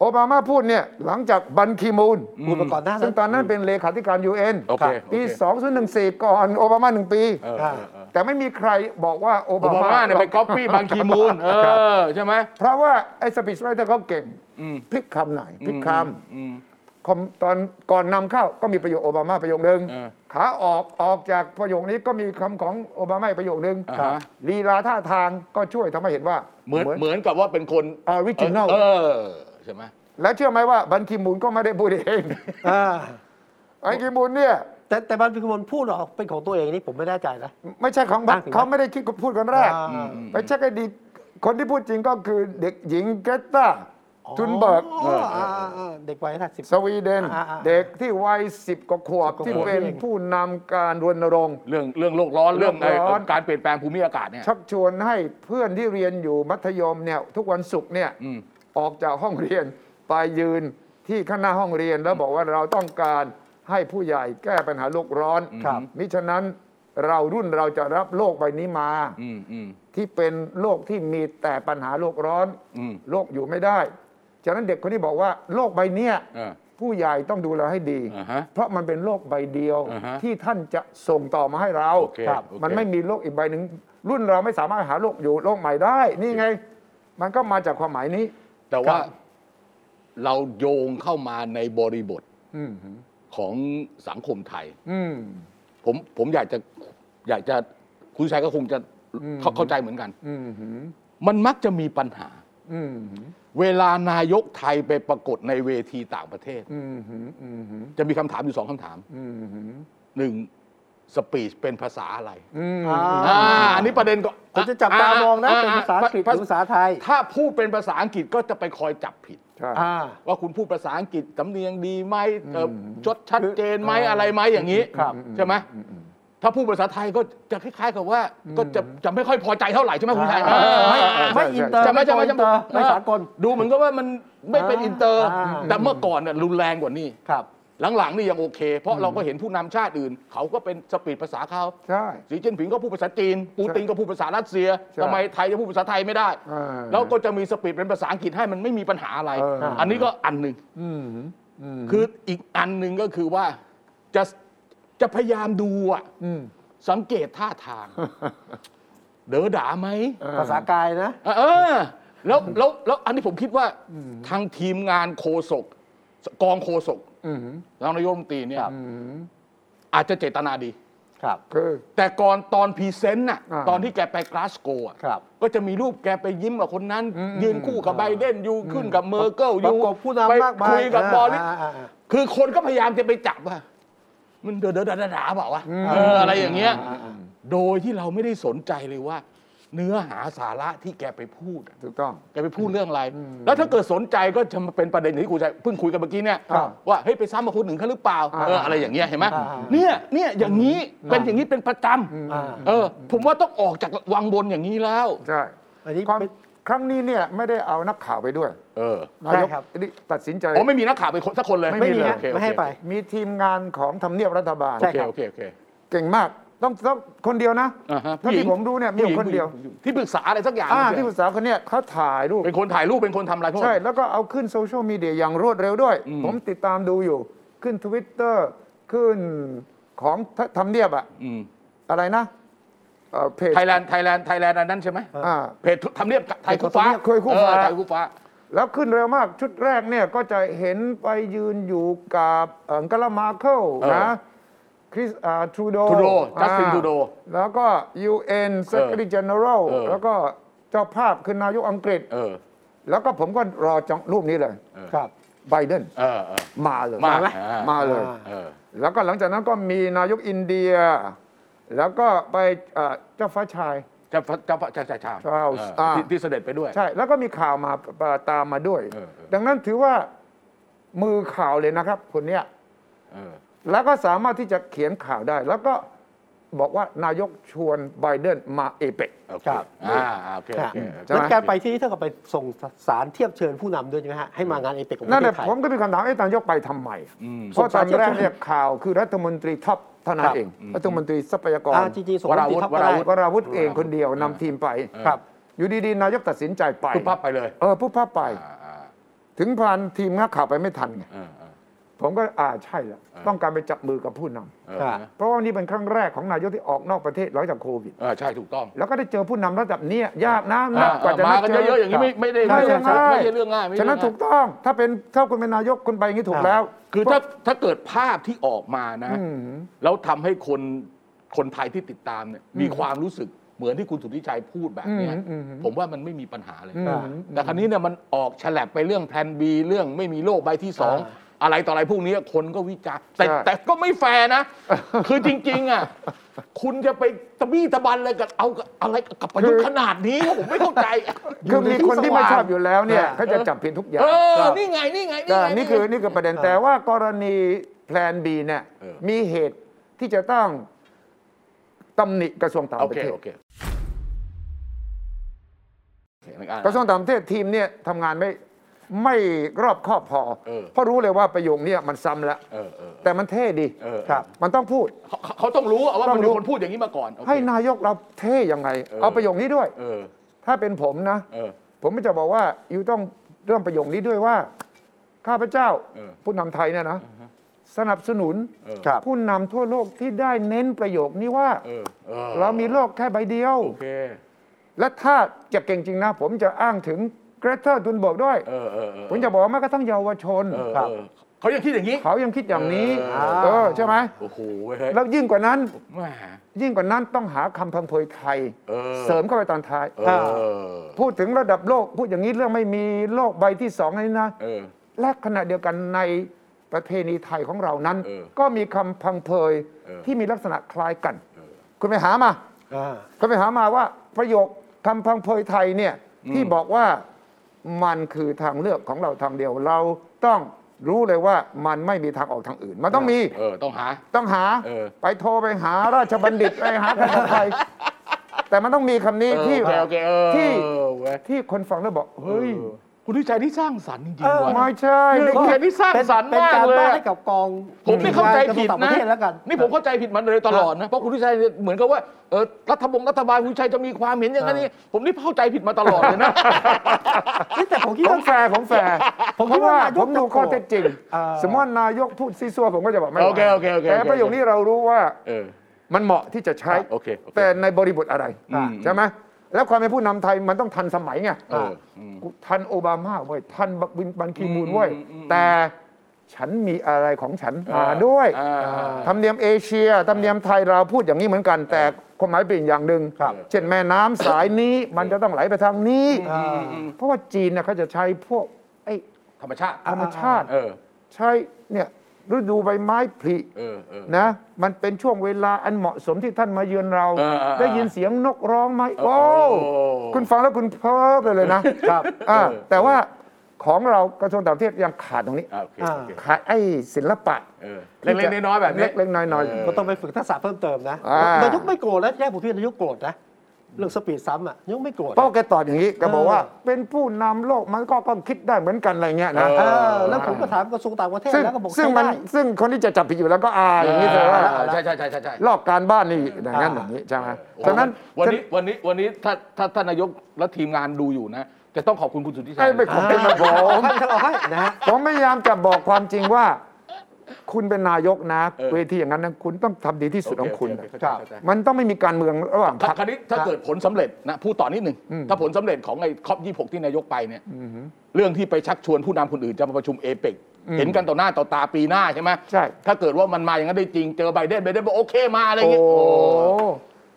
Speaker 3: โอบามาพูดเนี่ยหลังจากบันคีมูน
Speaker 1: พูดมาก่อนหน้านั้
Speaker 3: ซึ่ง
Speaker 1: น
Speaker 3: ตอนนั้นเป็นเลขาธิการ UN
Speaker 2: โอเค
Speaker 3: ปี
Speaker 2: โอเค
Speaker 3: 2014 ก่อนโอบามาหนึ่งปี
Speaker 1: อ่า
Speaker 3: แต่ไม่มีใครบอกว่า
Speaker 2: โอบ
Speaker 3: โอา
Speaker 2: บา
Speaker 3: มา
Speaker 2: มาเนี่ยไปก๊อปปี้บางคีมูลเออใช่ไหม
Speaker 3: เพราะว่าไอ้สปิชไรเตอร์เขาเก่งพลิกคำไหนพลิกคำคอมตอนก่อนนำเข้าก็มีประโยคโอบามาประโยคหนึ่ง
Speaker 2: เออ
Speaker 3: ขาออกออกจากประโยคนี้ก็มีคำของโอบามาอีกประโยคหนึ่ง
Speaker 2: อ่าฮะ
Speaker 3: ลีลาท่าทางก็ช่วยทำให้เห็นว่า
Speaker 2: เหมือนเหมือนกับว่าเป็นคน
Speaker 3: ออริจินัล
Speaker 2: เออใช่ไหม
Speaker 3: แล้วเชื่อไหมว่าบันคีมูนก็ไม่ได้พูดเอง
Speaker 1: อ่า
Speaker 3: บันคีมูนเนี่ย
Speaker 1: แต่แต่มันเป็นคนพูดเหรอเป็นของตัวเองนี่ผมไม่แน่ใจนะ
Speaker 3: ไม่ใช่ของบัต
Speaker 1: อ่ะถึง
Speaker 3: เขาไม่ได้คิดพูดคนแรก
Speaker 1: อ่าอืม
Speaker 3: ไปเช็คให้ดี คนที่พูดจริงก็คือเด็กหญิงเกรตาทุนเบิร์ก
Speaker 1: อ๋ออ่าอ่าอ่าเด็กวัยห้าสิบ
Speaker 3: สวีเดน
Speaker 1: อ่าอ่า
Speaker 3: เด็กที่วัยสิบกว่าขวบ
Speaker 1: 10
Speaker 3: ที่
Speaker 1: กว่าขวบ
Speaker 3: เป็น
Speaker 1: เอง
Speaker 3: ผู้นำการรณรงค์
Speaker 2: เรื่องเรื่องโลกร้อนเรื่อง
Speaker 3: โลกร้อน
Speaker 2: ไอ้การเปลี่ยนแปลงภูมิอากาศเนี่ย
Speaker 3: ชักชวนให้เพื่อนที่เรียนอยู่มัธยมเนี่ยทุกวันศุกร์เนี่ย
Speaker 2: อืม
Speaker 3: ออกจากห้องเรียนไปยืนที่ข้างหน้าห้องเรียน แล้วบอกว่าเราต้องการให้ผู้ใหญ่แก้ปัญหาโลกร้อน
Speaker 1: ครับ
Speaker 3: มิฉะนั้นเรารุ่นเราจะรับโลกใบนี้มา
Speaker 2: อืมอืม
Speaker 3: ที่เป็นโลกที่มีแต่ปัญหาโลกร้อน
Speaker 2: อืม
Speaker 3: โลกอยู่ไม่ได้ ฉะนั้นเด็กคนนี้บอกว่าโลกใบเนี้ย
Speaker 2: เออ
Speaker 3: ผู้ใหญ่ต้องดูแลให้ดี
Speaker 2: อ่าฮะ
Speaker 3: เพราะมันเป็นโลกใบเดียว
Speaker 2: อ่าฮะ
Speaker 3: ที่ท่านจะส่งต่อมาให้เรา
Speaker 2: โอเค
Speaker 3: ครับ
Speaker 2: โอเค
Speaker 3: มันไม่มีโลกอีกใบหนึ่งรุ่นเราไม่สามารถหาโลกอยู่โลกใหม่ได้ นี่ไง มันก็มาจากความหมายนี้
Speaker 2: แต่ว่า
Speaker 3: ครับ
Speaker 2: เราโยงเข้ามาในบริบทของสังคมไทย
Speaker 3: อืม
Speaker 2: ผมผมอยากจะอยากจะคุณชัยก็คงจะเข้าเข้าใจเหมือนกัน
Speaker 3: อืมหืม
Speaker 2: มันมักจะมีปัญหา
Speaker 3: อืมหืม
Speaker 2: เวลานายกไทยไปปรากฏในเวทีต่างประเทศ
Speaker 3: อืมหืมอืมหืม
Speaker 2: จะมีคำถามอยู่สองคำถาม
Speaker 3: อืมหืม
Speaker 2: หนึ่งสปีชเป็นภาษาอะไร
Speaker 3: อืม
Speaker 1: อ่า
Speaker 2: อ่าอันนี้ประเด็นก็
Speaker 1: ผมจะจับตามองนะเป็นภาษาอังกฤษหรือภาษาไทย
Speaker 2: ถ้าพูดเป็นภาษาอังกฤษก็จะไปคอยจับผิด
Speaker 3: ใช่
Speaker 1: อ่า
Speaker 2: ว่าคุณพูดภาษาอังกฤษสำเนียงดีไหมเอ่อจดชัดเจนไหมอะไรไหมอย่างนี้
Speaker 1: ครับ
Speaker 2: ใช่ไหมถ้าพูดภาษาไทยก็จะคล้ายๆกับว่าก็จะจะไม่ค่อยพอใจเท่าไหร่ใช่ไหมคุณชาย
Speaker 1: ไม่ไม่อินเตอร์
Speaker 2: จะไหม่จะไหม่
Speaker 1: อินเตอร์ไม่สากล
Speaker 2: ดูเหมือนกับว่ามันไม่เป็นอินเตอร์
Speaker 1: อ่า
Speaker 2: แต่เมื่อก่อนน่ะรุนแรงกว่านี้
Speaker 1: ครับ
Speaker 2: หลังๆนี่ยังโอเค เพราะเราก็เห็นผู้นำชาติอื่น เขาก็เป็นสปีดภาษาเขา
Speaker 3: ใช่
Speaker 2: สีจิ้นผิงก็พูดภาษาจีน ปูตินก็พูดภาษารัสเซีย
Speaker 3: ใช่
Speaker 2: ทำไมไทยจะพูดภาษาไทยไม่ได้
Speaker 3: อ่า
Speaker 2: แล้วก็จะมีสปีดเป็นภาษาอังกฤษให้มันไม่มีปัญหาอะไร
Speaker 3: เออ
Speaker 2: อันนี้ก็อันหนึ่ง
Speaker 3: อืมหืม
Speaker 2: คืออีกอันหนึ่งก็คือว่าจะจะพยายามดูอะ
Speaker 3: อืม
Speaker 2: สังเกตท่า ทาง เด๋อด่าไหม
Speaker 1: ภาษากายนะ
Speaker 2: เออแล้วแล้วแล้วอันนี้ผมคิดว่าทางทีมงานโคศกกองโคศก
Speaker 3: อืมหืม
Speaker 2: รองนายกรัฐมนตรีเนี่ย
Speaker 1: ครับ
Speaker 3: อืมหืม
Speaker 2: อาจจะเจตนาดี
Speaker 1: ครับ
Speaker 3: คือ
Speaker 2: แต่ก่อนตอนพรีเซนต์น่ะ
Speaker 3: อ่า
Speaker 2: ตอนที่แกไปกลาสโกอ่ะ
Speaker 1: ครับ
Speaker 2: ก็จะมีรูปแกไปยิ้มกับคนนั้น ยืนคู่กับไบเดนอยู่ขึ้นกับเมอร์เกิลอ
Speaker 1: ประ
Speaker 2: ยู่
Speaker 1: กบผู้นำมากมาย
Speaker 2: คุยกับบอริส
Speaker 1: าาอ่า
Speaker 2: คือคนก็พยายามจะไปจับว่า มันเดินเดินดาๆเปล่าวะเอออะไรอย่างเงี้ยโดยที่เราไม่ได้สนใจเลยว่า เนื้อหาสาระที่แกไปพูดอะ
Speaker 3: ถูกต้อง
Speaker 2: แกไปพูดเรื่องอะไร แล้วถ้าเกิดสนใจก็จะมาเป็นประเด็นที่กูจะเพิ่งคุยกันเมื่อกี้เนี่ย
Speaker 3: ครับ
Speaker 2: ว่าเฮ้ยไปซ้ำมาคนหนึ่งเขาหรือเปล่า
Speaker 3: อ่า
Speaker 2: เอออะไรอย่างเงี้ยเห็นไหม
Speaker 1: อ่า
Speaker 2: เนี่ยเนี่ยอย่างนี้เป็นอย่างนี้เป็นประจำ
Speaker 1: อ่า
Speaker 2: เออผมว่าต้องออกจากวังบนอย่างนี้แล้ว
Speaker 3: ใช่
Speaker 1: อันนี้
Speaker 3: ความ
Speaker 1: เป็น
Speaker 3: ครั้งนี้เนี่ยไม่ได้เอานักข่าวไปด้วย
Speaker 2: เออ
Speaker 3: นา
Speaker 1: ใช่
Speaker 3: ยก
Speaker 1: ครับ
Speaker 3: นี่ตัดสินใจ
Speaker 2: อ๋อไม่มีนักข่าวไปคนสักคนเลย
Speaker 3: ไม่
Speaker 1: ไม่
Speaker 3: มี
Speaker 1: มี
Speaker 2: เลย
Speaker 1: ฮะ
Speaker 2: โอเค
Speaker 1: ไม่ให้ไป
Speaker 3: มีทีมงานของทำเนียบรัฐบาล
Speaker 1: ใช่
Speaker 2: โอเคโอเคโอเค
Speaker 3: เก่งมาก ต้องต้องคนเดียวนะ
Speaker 2: อ่าฮะ
Speaker 3: เท่าที่ผมรู้เนี่ยมีอยู่คนเดียว
Speaker 2: ผู้หญิงที่ปรึกษาอะไรสักอย่าง
Speaker 3: อ่า
Speaker 2: ใช่ไหม
Speaker 3: ที่ปรึกษาคนเนี้ยเขาถ่ายรูป
Speaker 2: เป็นคนถ่ายรูปเป็นคนทำอะไรพวก
Speaker 3: ใช่
Speaker 2: นั้น
Speaker 3: แล้วก็เอาขึ้นโซเชียลมีเดียอย่างรวดเร็วด้วย ผมติดตามดูอยู่ ขึ้น Twitter ขึ้นของททำเนียบอะ
Speaker 2: อืม
Speaker 3: อะไรนะเอ่อเพจ
Speaker 2: ไทยแลนด์ไทยแลนด์ไทยแลนด์อันนั้นใช่ไหม
Speaker 3: อ่า
Speaker 2: เพจทำเนียบไทยคู่ฟ้า
Speaker 3: เคยคู่ฟ้า
Speaker 2: เออไทยคู่ฟ้า
Speaker 3: แล้วขึ้นเร็วมากชุดแรกเนี่ยก็จะเห็นไปยืนอยู่กับเอ่อกาลามาเคิล
Speaker 2: เออ
Speaker 3: นะคริสทรูโด
Speaker 2: Trudeau Justin Trudeau
Speaker 3: แล้วก็ UN Secretary General
Speaker 2: เออ
Speaker 3: แล้วก็เจ้าภาพคือนายกอังกฤษ
Speaker 2: เออ
Speaker 3: แล้วก็ผมก็รอจังรูปนี้เลย
Speaker 1: ครับ
Speaker 3: ไบเดน
Speaker 2: เออเออ
Speaker 3: มาเลย
Speaker 2: มาไหม
Speaker 3: มาเลย
Speaker 2: เออ
Speaker 3: แล้วก็หลังจากนั้นก็มีนายกอินเดีย แล้วก็ไปเอ่อเจ้าฟ้าชาย
Speaker 2: จะพระจะพระจะจะชาม
Speaker 3: Charles
Speaker 2: เออ
Speaker 3: อ่า
Speaker 2: ที่ที่เสด็จไปด้วย
Speaker 3: ใช่ แล้วก็มีข่าวมาปะตามมาด้วย
Speaker 2: เออเออ
Speaker 3: ดังนั้นถือว่ามือข่าวเลยนะครับ คนเนี้ย
Speaker 2: เออ
Speaker 3: แล้วก็สามารถที่จะเขียนข่าวได้ แล้วก็บอกว่านายกชวนไบเดนมาเอเปก
Speaker 2: โอเค
Speaker 1: ครับ
Speaker 2: อ่าอ่าโอเคโอเค
Speaker 3: ใช่ไหม
Speaker 1: แล้วการไปที่นี่เท่ากับไปส่งสารเทียบเชิญผู้นำด้วยใช่ไหมฮะให้มางานเอเปกของป
Speaker 3: นั่น
Speaker 1: ระ
Speaker 3: แห
Speaker 1: เทศ
Speaker 3: ละ
Speaker 1: ไทย
Speaker 3: ผมก็มีคำถามไอ้นายกไปทำไม
Speaker 2: อืม
Speaker 3: เพราะตอนแรกเนี่ยข่าวคือรัฐมนตรีท็อปเท่านั้
Speaker 1: ครั
Speaker 3: น
Speaker 1: บ
Speaker 3: เอง รัฐมนตรีทรัพยากร
Speaker 1: อ่าจริงๆสงครามติดทัพก็ได้
Speaker 3: วราวุธเองคนเดียวนำทีมไป
Speaker 1: ครับ
Speaker 3: อยู่ดีๆ นายกตัดสินใจไป
Speaker 2: คุณภาพไปเลย
Speaker 3: เออผู้ภาพไป
Speaker 2: อ่าอ่า
Speaker 3: ถึงพานทีมนักข่าวไปไม่ทันไง
Speaker 2: เออเออ
Speaker 3: ผมก็อ่าใช่แล้วต้องการไปจับมือกับผู้นำ
Speaker 2: เออ
Speaker 1: ครับ
Speaker 3: เพราะว่านี่เป็นครั้งแรกของนายกที่ออกนอกประเทศหลังจากโควิด
Speaker 2: เออใช่ถูกต้อง
Speaker 3: แล้วก็ได้เจอผู้นำระดับเนี้ยยากนะ
Speaker 2: อ่า
Speaker 3: นักกว่าจะ
Speaker 2: มากันเยอะๆอย่างนี้ไม่ไม่ได้
Speaker 3: ไม่
Speaker 2: ไม่
Speaker 3: ใช่
Speaker 2: ใช่
Speaker 3: ง่าย
Speaker 2: ไม่ใช่เรื่องง่ายไม่ใช่
Speaker 3: ฉะนั้น
Speaker 2: เรื่
Speaker 3: ถู
Speaker 2: อง
Speaker 3: ก
Speaker 2: ง่าย
Speaker 3: ต้องถ้าเป็นถ้าคุณเป็นนายกคุณไปอย่างนี้ถูกแล้ว
Speaker 2: คือถ้าถ้าเกิดภาพที่ออกมานะ แล้วทำให้คนคนไทยที่ติดตามเนี่ยมีความรู้สึกเหมือนที่คุณสุทธิชัยพูดแบบเนี้ย
Speaker 3: อืมอืม
Speaker 2: ผมว่ามันไม่มีปัญหาเลย
Speaker 3: อืม
Speaker 2: แต่ครั้นี้เนี่ยมันออกฉลับไปเรื่องแพลน B เรื่องไม่มีโลกใบที่สอง
Speaker 1: อ่
Speaker 2: อะไรต่ออะไรพวกนี้คนก็วิจารณ์แต่
Speaker 3: ใช่
Speaker 2: แต่ก็ไม่แฟร์นะ คือจริง ๆ อ่ะ คุณจะไปตะบี้ตะบันอะไรกับเอากับอะไรกับประยุทธ์ขนาดนี้วะผมไม่เข้าใจ
Speaker 3: คือมีคนที่ไม่ชอบอยู่แล้วเนี่ยเขาจะจับผิดทุกอย่าง
Speaker 2: เออ
Speaker 1: ครับ
Speaker 2: นี่ไง นี่ไง นี่
Speaker 3: ก็
Speaker 2: ไง
Speaker 3: นี่คือนี่คือประเด็นแต่ว่ากรณีแพลน B เนี่ยมีเหตุที่จะต้องตำหนิกระทรวงต่าง
Speaker 2: โอ
Speaker 3: ประ
Speaker 2: เค
Speaker 3: เทศ
Speaker 2: โอเค
Speaker 3: กระทรว
Speaker 2: อง
Speaker 3: งต่างประเทศทีมเนี่ยทำงานไม่ไม่รอบคอบพอ
Speaker 2: เออ
Speaker 3: เพราะรู้เลยว่าประโยคเนี้มันซ้ำแล้ว
Speaker 2: เออเออ
Speaker 3: แต่มันเท่ดี
Speaker 2: เออ
Speaker 3: ครับ มันต้องพูด
Speaker 2: เขาเขาเขาต้องรู้ว่า
Speaker 3: ต้
Speaker 2: มั
Speaker 3: อนงรู้
Speaker 2: มีคนพูดอย่างนี้มาก่อนโอเค
Speaker 3: ให้นายกเราเท่ยังไง
Speaker 2: เออ
Speaker 3: เอาประโยคนี้ด้วย
Speaker 2: เออ
Speaker 3: ถ้าเป็นผมนะ
Speaker 2: เออ
Speaker 3: ผมจะบอกว่าอยู่ต้องเรื่องประโยคนี้ด้วยว่า ข้าพเจ้า
Speaker 2: เออ
Speaker 3: ผู้นำไทยเนี่ยนะ สนับสนุน
Speaker 1: ครับ
Speaker 3: ผู้นำทั่วโลกที่ได้เน้นประโยคนี้ว่า
Speaker 2: เออออ
Speaker 3: เรามีโลกแค่ใบเดียว
Speaker 2: โอเค
Speaker 3: และถ้าจะเก่งจริงนะ ผมจะอ้างถึงเกรเทอร์ทุนเบิร์กด้วย
Speaker 2: เออเออเออ
Speaker 3: ผมจะบอกว่าแม้กระทั่งเยาวชน
Speaker 2: เออเออเขายังคิดอย่างนี้
Speaker 3: เขายังคิดอย่างนี้
Speaker 2: เออ
Speaker 3: เออ ใช่ไหม
Speaker 2: โอ้โหเว้ยเฮ้ย
Speaker 3: แล้วยิ่งกว่านั้น
Speaker 2: แหม่
Speaker 3: ยิ่งกว่านั้นต้องหาคำพังเพยไทย
Speaker 2: เออ
Speaker 3: เสริมเข้าไปตอนท้าย
Speaker 2: เออ
Speaker 3: พูดถึงระดับโลก พูดอย่างนี้เรื่องไม่มีโลกใบที่สองนี่นะ
Speaker 2: เออ
Speaker 3: และขณะเดียวกันในประเพณีไทยของเรานั้น
Speaker 2: เออ
Speaker 3: ก็มีคำพังเพย
Speaker 2: เออ
Speaker 3: ที่มีลักษณะคล้ายกัน คุณไปหามา
Speaker 1: อ่า
Speaker 3: ก็ไปหามาว่าประโยคคำพังเพยไทยเนี่ยที่บอกว่ามันคือทางเลือกของเราทางเดียว เราต้องรู้เลยว่ามันไม่มีทางออกทางอื่น มันต้องมี
Speaker 2: เออ ต้องหา
Speaker 3: ต้องหา
Speaker 2: เออ
Speaker 3: ไปโทรไปหาราชบัณฑิต ไปหาคณะไทย แต่มันต้องมีคำนี้ที่
Speaker 2: โอเคโอเคเออ
Speaker 3: ที่
Speaker 2: เออเว้ย
Speaker 3: ที่คนฟังแล้วบอกเฮ้ย
Speaker 2: เออคุณทิชัยนี่สร้างสรรค์จริง
Speaker 1: เอ
Speaker 2: ๆ
Speaker 1: อ
Speaker 2: ว่ะ
Speaker 3: ไม่ใช่
Speaker 2: เรื่
Speaker 3: นี่
Speaker 2: อง แค่นี้สร้างสรรค์
Speaker 1: เป็น
Speaker 2: มาก
Speaker 1: เป็นการ
Speaker 2: เลย
Speaker 1: บ้าน
Speaker 2: อะ
Speaker 1: ให้กับกอง
Speaker 2: ผมนี่เข้าใจผิด
Speaker 1: กรมต่างป
Speaker 2: นะ
Speaker 1: ระเทศแล้วกัน
Speaker 2: นี่ผมเข้าใจผิดมันเลยตลอดนะ เพราะคุณทิชัยเนี่ยเหมือนกับว่าเออรัฐบงรัฐบาลคุณทิชัยจะมีความเห็นอย่างนั้นอย่างนี้ผมนี่เข้าใจผิดมาตลอดเลยนะ
Speaker 1: นี่แต่ผมคิด
Speaker 3: ผ
Speaker 1: ว่า
Speaker 3: มแฟร์ผมแฟร์
Speaker 1: ผม
Speaker 3: เพ
Speaker 1: คิด
Speaker 3: ราะว่าน
Speaker 1: ว่าายก
Speaker 3: ผมดูข้อเท็จจริง
Speaker 1: เออ
Speaker 3: สมมติว่านายกพูดซีซัวผมก็จะบอกไม่ไหว
Speaker 2: โอเคโอเคโอเคโอเค
Speaker 3: แต่ประโยคนี้เรารู้ว่า
Speaker 2: เออ
Speaker 3: มันเหมาะที่จะใช้
Speaker 2: โอเคโอเค
Speaker 3: แต่ในบริบทอะไร
Speaker 2: อืม
Speaker 3: ใช่ไหมแล้วความเป็นผู้นำไทยมันต้องทันสมัยไง
Speaker 2: เอออืม
Speaker 3: กูทันโอบามาเว้ยทันบันบันคีมูน
Speaker 2: อืม
Speaker 3: เว้ย
Speaker 2: อืม
Speaker 3: แต่ฉันมีอะไรของฉันมา
Speaker 2: อ่า
Speaker 3: ด้วย
Speaker 2: อ่า
Speaker 3: ธรรมเนียมเอเชียธรรมเนียมไทยเราพูดอย่างนี้เหมือนกัน แต่ความหมายเปลี่ยนอย่างหนึ่ง
Speaker 2: ครับ
Speaker 3: เช่นแม่น้ำสายนี้มันจะต้องไหลไปทางนี้
Speaker 2: อืมอืม
Speaker 3: เพราะว่าจีนเน่ยเขาจะใช้พวกไอ้
Speaker 2: ธรรมชาติ
Speaker 3: ธรรมชาติ
Speaker 2: เออ
Speaker 3: ใช้เนี่ยฤดูใบไม้ผลิ
Speaker 2: เออเออ
Speaker 3: นะมันเป็นช่วงเวลาอันเหมาะสมที่ท่านมาเยือนเรา
Speaker 2: เออเออเออ
Speaker 3: ได้ยินเสียงนกร้องไหมโอ้
Speaker 2: โอ้
Speaker 3: คุณฟังแล้วคุณเพ้อไปเลยนะ ครับแต่ว่าของเรากระทรวงต่างประเทศยังขาดตรงนี้
Speaker 2: อ่ะโอเคโอเค
Speaker 3: ขาดไอ้ศิลปะ
Speaker 2: เออเล็กๆน้อยๆแบบนี้
Speaker 3: เล็กๆน้อย
Speaker 2: เออ
Speaker 1: ก็ต้องไปฝึกทักษะเพิ่มเติมนะ
Speaker 3: อ่าน
Speaker 1: นายกไม่โกรธนะแยกผมพี่นายกโกรธนะเรื่องสปีดซ้ำอ่ะนายกไม่โกรธ
Speaker 3: ๆเป้าแกตอบอย่างนี้แกบอกว่า เป็นผู้นำโลกมันก็ต้องคิดได้เหมือนกันอะไรเงี้ยนะ
Speaker 1: เออแล้วผมก็ถามกระทรวงต่างประเทศ
Speaker 3: ซึ่ง
Speaker 1: แล้วก็บอก
Speaker 3: ซึ่ง
Speaker 1: ใช้
Speaker 3: มัน
Speaker 1: ได้
Speaker 3: ซึ่งคนที่จะจับผิดอยู่แล้วก็อาอย่างนี้
Speaker 2: เ
Speaker 3: เธอว่า
Speaker 2: ใช่ใช่ใช่ใช่ใช่
Speaker 3: ลอกการบ้านนี่อย่างนั้นอย่างนี้ใช่ไหมฉะนั้น
Speaker 2: วันนี้วันนี้วันนี้ถ้าถ้าท่านนายกและทีมงานดูอยู่นะ จะต้องขอบคุณคุณสุทธิชั
Speaker 3: ไอ้
Speaker 2: ย
Speaker 3: ไม่ผมเป็นมาผม
Speaker 1: ท่านเอาให้นะฮะ
Speaker 3: ผมพยายามจะบอกความจริงว่า คุณเป็นนายกนะ
Speaker 2: เออ
Speaker 3: เวทีอย่างนั้นนะคุณต้องทำดีที่สุดของคุณครับ
Speaker 2: โเโเเข้าใจ
Speaker 3: มันต้องไม่มีการเมืองระหว่างพรรค
Speaker 2: คราวนี้ถ้าเกิดผลสำเร็จนะพูดต่อนิดหนึ่งถ้าผลสำเร็จของไอ้คอปยี่หกที่นายกไปเนี่ยเรื่องที่ไปชักชวนผู้นำคนอื่นจะมาประชุมเอเปกเห็นกันต่อหน้าต่อตาปีหน้าใช่ไหม
Speaker 3: ใช่
Speaker 2: ถ้าเกิดว่ามันมาอย่างนั้นได้จริงเจอไบเดนไบเดนบอกโอเคมาอะไรอย่าง
Speaker 3: โอ้
Speaker 2: เงี้ยโอ้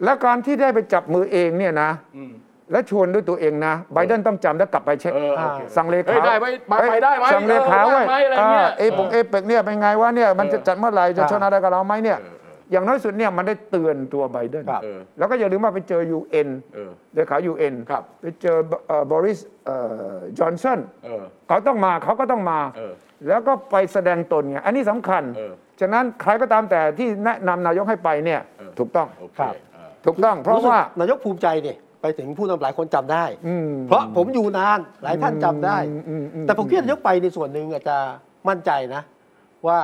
Speaker 3: แล้วการที่ได้ไปจับมือเองเนี่ยนะ และชวนด้วยตัวเองนะ ไบเดนต้องจำแล้วกลับไปเช็ค
Speaker 2: เออโอเค
Speaker 3: สั่งเล
Speaker 2: เอ้
Speaker 3: ขาย
Speaker 2: ได้ไหมไปไปได้ไหม
Speaker 3: สั่งเลขา
Speaker 2: เออ
Speaker 3: ไว้
Speaker 2: ได้ไหมอะไรเงี้ย
Speaker 3: เอปงเอเปกเนี่ยเป็นไงวะเนี่ยมันจะจัดเมื่อไหร่จะ
Speaker 1: อ่า
Speaker 3: ชนะอะไรกับเราไหมเนี่ย อย่างน้อยสุดเนี่ยมันได้เตือนตัวไบเดน
Speaker 1: ครับ
Speaker 2: เออ
Speaker 3: แล้วก็อย่าลืมว่าไปเจอ UN
Speaker 2: เออ
Speaker 3: เลขา UN
Speaker 2: ครับ
Speaker 3: ไปเจอบริสจอห์นสัน
Speaker 2: เออ
Speaker 3: เขาต้องมาเขาก็ต้องมา
Speaker 2: เออ
Speaker 3: แล้วก็ไปแสดงตนไงอันนี้สำคัญ
Speaker 2: เออ
Speaker 3: ฉะนั้นใครก็ตามแต่ที่แนะนำนายกให้ไปเนี่ยถูกต้อง
Speaker 2: โอเค
Speaker 1: ครับ
Speaker 2: เออ
Speaker 3: ถูกต้อง เพราะ
Speaker 1: สึก
Speaker 3: ว่าน
Speaker 1: ายกภูมิใจเนี่ยไปถึงผู้นำหลายคนจำได้ เพราะผมอยู่นานหลายท่านจำได้ แต่ผมคิดว่านายกไปในส่วนหนึ่งอาจจะมั่นใจนะ ว่า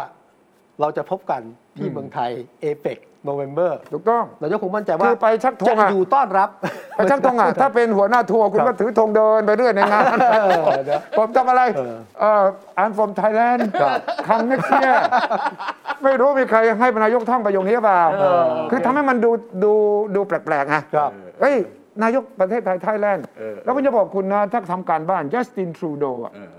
Speaker 1: เราจะพบกันที่เมืองไทยเอเปกโนเวมเบอร์
Speaker 3: ถูกต้อง
Speaker 1: นายกคงมั่นใจว่า
Speaker 3: คือไปชักธง
Speaker 1: จะ
Speaker 3: อะ
Speaker 1: อยู่ต้อนรับ
Speaker 3: ไปช่างธงอ่ะ ถ้าเป็นหัวหน้าทัวร์คุณก็ถือธงเดินไปเรื่อยในงานผมทำอะไรเอ่อ I'm from Thailand คำนี้เนี่ยไม่รู้มีใครให้นายกท่องประโยคนี้หรือเปล่า คือทำให้มันดูดูดูแปลกๆไง
Speaker 1: ครับ
Speaker 3: เอ้ย นายกประเทศไทยไทยแลนด์
Speaker 2: เออ
Speaker 3: แล้วผมจะบอกคุณนะถ้าทำการบ้านจัสตินทรูโดอ่ะ
Speaker 2: เออ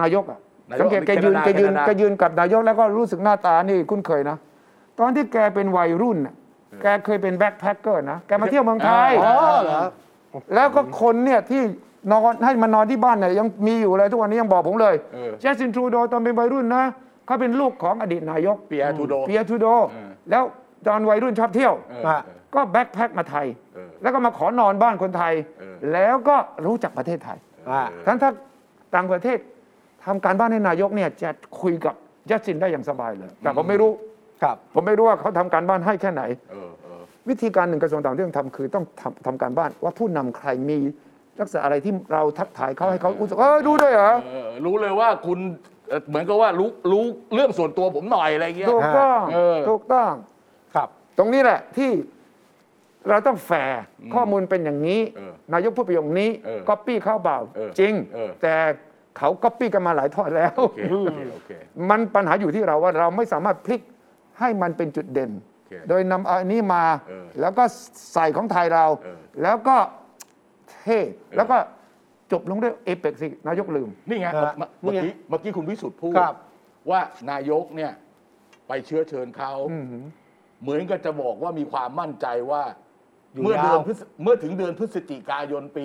Speaker 3: นายกอ่ะ
Speaker 2: นายก
Speaker 3: สังเกต
Speaker 2: ใน
Speaker 3: แกยืน
Speaker 2: แคนาดา
Speaker 3: แกยืน
Speaker 2: แคนาดา
Speaker 3: แกยืนกับนายกแล้วก็รู้สึกหน้าตานี่คุ้นเคยนะ ตอนที่แกเป็นวัยรุ่นน่ะแกเคยเป็นแบ็คแพคเกอร์นะ แกมาเที่ยวเมืองไทย
Speaker 1: อ๋อเหรอ
Speaker 3: แล้วก็คนเนี่ยที่นอนให้มานอนที่บ้านเนี่ยยังมีอยู่เลยทุกวันนี้ยังบอกผมเลย
Speaker 2: เออ
Speaker 3: แจสซินทรูโดตอนเป็นวัยรุ่นนะเขาเป็นลูกของอดีตนายก
Speaker 2: เปียร์ทูโด
Speaker 3: เปียร์ทูโด
Speaker 2: เออ
Speaker 3: แล้วตอนวัยรุ่นชอบเที่ยว
Speaker 2: เออ
Speaker 1: มา
Speaker 3: ก็แบ็คแพ็คมาไทย
Speaker 2: เออ
Speaker 3: แล้วก็มาขอนอนบ้านคนไทย
Speaker 2: เออ
Speaker 3: แล้วก็รู้จักประเทศไทย
Speaker 1: อ่า
Speaker 3: ทั้นถ้าต่างประเทศทำการบ้านให้นายกเนี่ยจะคุยกับยัตสินได้อย่างสบายเลย แต่ผมไม่รู้
Speaker 1: ครับ
Speaker 3: ผมไม่รู้ว่าเขาทำการบ้านให้แค่ไหน
Speaker 2: เออเออ
Speaker 3: วิธีการหนึ่งกระทรวงต่างประเทศทำคือต้องทำทำการบ้านว่าผู้นำใครมีลักษณะอะไรที่เราทักทายเขาให้เขารู้สึกเออรู้ด้วยเหรอ
Speaker 2: เออ รู้เลยว่าคุณเอ่อเหมือนกับว่ารู้รู้เรื่องส่วนตัวผมหน่อยอะไรเงี้ย
Speaker 3: ถูกต้อง
Speaker 2: เออ
Speaker 3: ถูกต้อง
Speaker 1: ครับ
Speaker 3: ตรงนี้แหละที่เราต้องแฟร์ข้อมูลเป็นอย่างนี้
Speaker 2: เออน
Speaker 3: ายกพูดประโยคนี้
Speaker 2: เออ
Speaker 3: ก๊อปปี้เข้าเบา
Speaker 2: เออ
Speaker 3: จริง
Speaker 2: เออ
Speaker 3: แต่เขาก๊อปปี้กันมาหลายทอดแล้ว
Speaker 2: โอเคโอเคโอเค
Speaker 3: มันปัญหาอยู่ที่เราว่าเราไม่สามารถพลิกให้มันเป็นจุดเด่น
Speaker 2: อเค
Speaker 3: โดยนำเอาอันนี้มา
Speaker 2: เออ
Speaker 3: แล้วก็ใส่ของไทยเรา
Speaker 2: เออ
Speaker 3: แล้วก็เท่แล้วก็จบลงด้วยเอเปกสิ นายกลืม
Speaker 2: นี่ไง
Speaker 1: ฮะ
Speaker 2: เมื่อเมื่อ
Speaker 1: นี่
Speaker 2: กี้
Speaker 1: ไง
Speaker 2: เมื่อกี้คุณวิสุทธ์พูด
Speaker 1: ครับ
Speaker 2: ว่านายกเนี่ย ไปเชื้อเชิญเขาเหมือนกับจะบอกว่ามีความมั่นใจว่า เมื่อเดือนพฤศเมื่อถึงเดือนพฤศจิกายนปี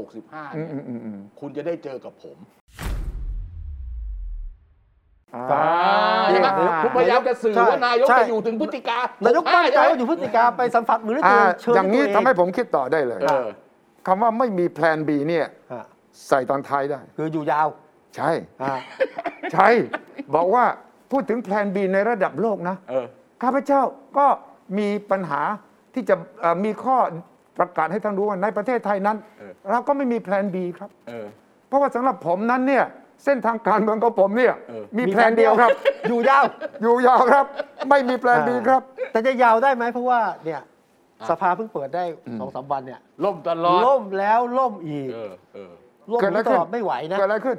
Speaker 2: 2565เนี่ยคุณจะได้เจอกับผม
Speaker 1: อ่า
Speaker 2: ใช่ไหม
Speaker 3: อ่า
Speaker 2: คุณพยายามจะสื่อ
Speaker 1: ใช่
Speaker 2: ว่านายก
Speaker 1: ใช่
Speaker 2: จะอยู่ถึงพฤศจิกาน
Speaker 1: ายก
Speaker 2: ตั้
Speaker 1: มั่นใจว่าอยู่พฤศจิกาไปสัมผัสมือด้วย
Speaker 3: อ่า
Speaker 1: ตัวเชิญ
Speaker 3: อย่างนี้
Speaker 1: ด้วตัวเ
Speaker 3: ทำให้ผมคิดต่อได้เลย
Speaker 2: เออ
Speaker 3: คำว่าไม่มีแพลน B เนี่ย
Speaker 1: ฮะ
Speaker 3: ใส่ตอนท้ายได้
Speaker 1: คืออยู่ยาว
Speaker 3: ใช่
Speaker 1: อ่า
Speaker 3: ใช่ บอกว่าพูดถึงแพลน B ในระดับโลกนะ
Speaker 2: เออ
Speaker 3: ข้าพเจ้าก็มีปัญหาที่จะเอ่อมีข้อประกาศให้ท่านรู้ว่าในประเทศไทยนั้น
Speaker 2: เออ
Speaker 3: เราก็ไม่มีแพลน B ครับ
Speaker 2: เออ
Speaker 3: เพราะว่าสำหรับผมนั้นเนี่ยเส้นทางการเมืองของผมเนี่ย
Speaker 2: เออ
Speaker 3: มีแพลนเดียวครับ
Speaker 1: อยู่ยาว
Speaker 3: อยู่ยาวครับ ไม่มีแพลน B ครับ
Speaker 1: แต่จะยาวได้ไหมเพราะว่าเนี่ยสภาเพิ่งเปิดได้สองสามวันเนี่ย
Speaker 2: ล่มตลอด
Speaker 1: ล่มแล้วล่มอีก
Speaker 2: เออเออ
Speaker 1: ล่ม
Speaker 3: เกิดอะไร
Speaker 1: ต
Speaker 3: ขึ้น
Speaker 1: ลอดไม่ไหวนะ
Speaker 3: เกิดอะไรขึ้น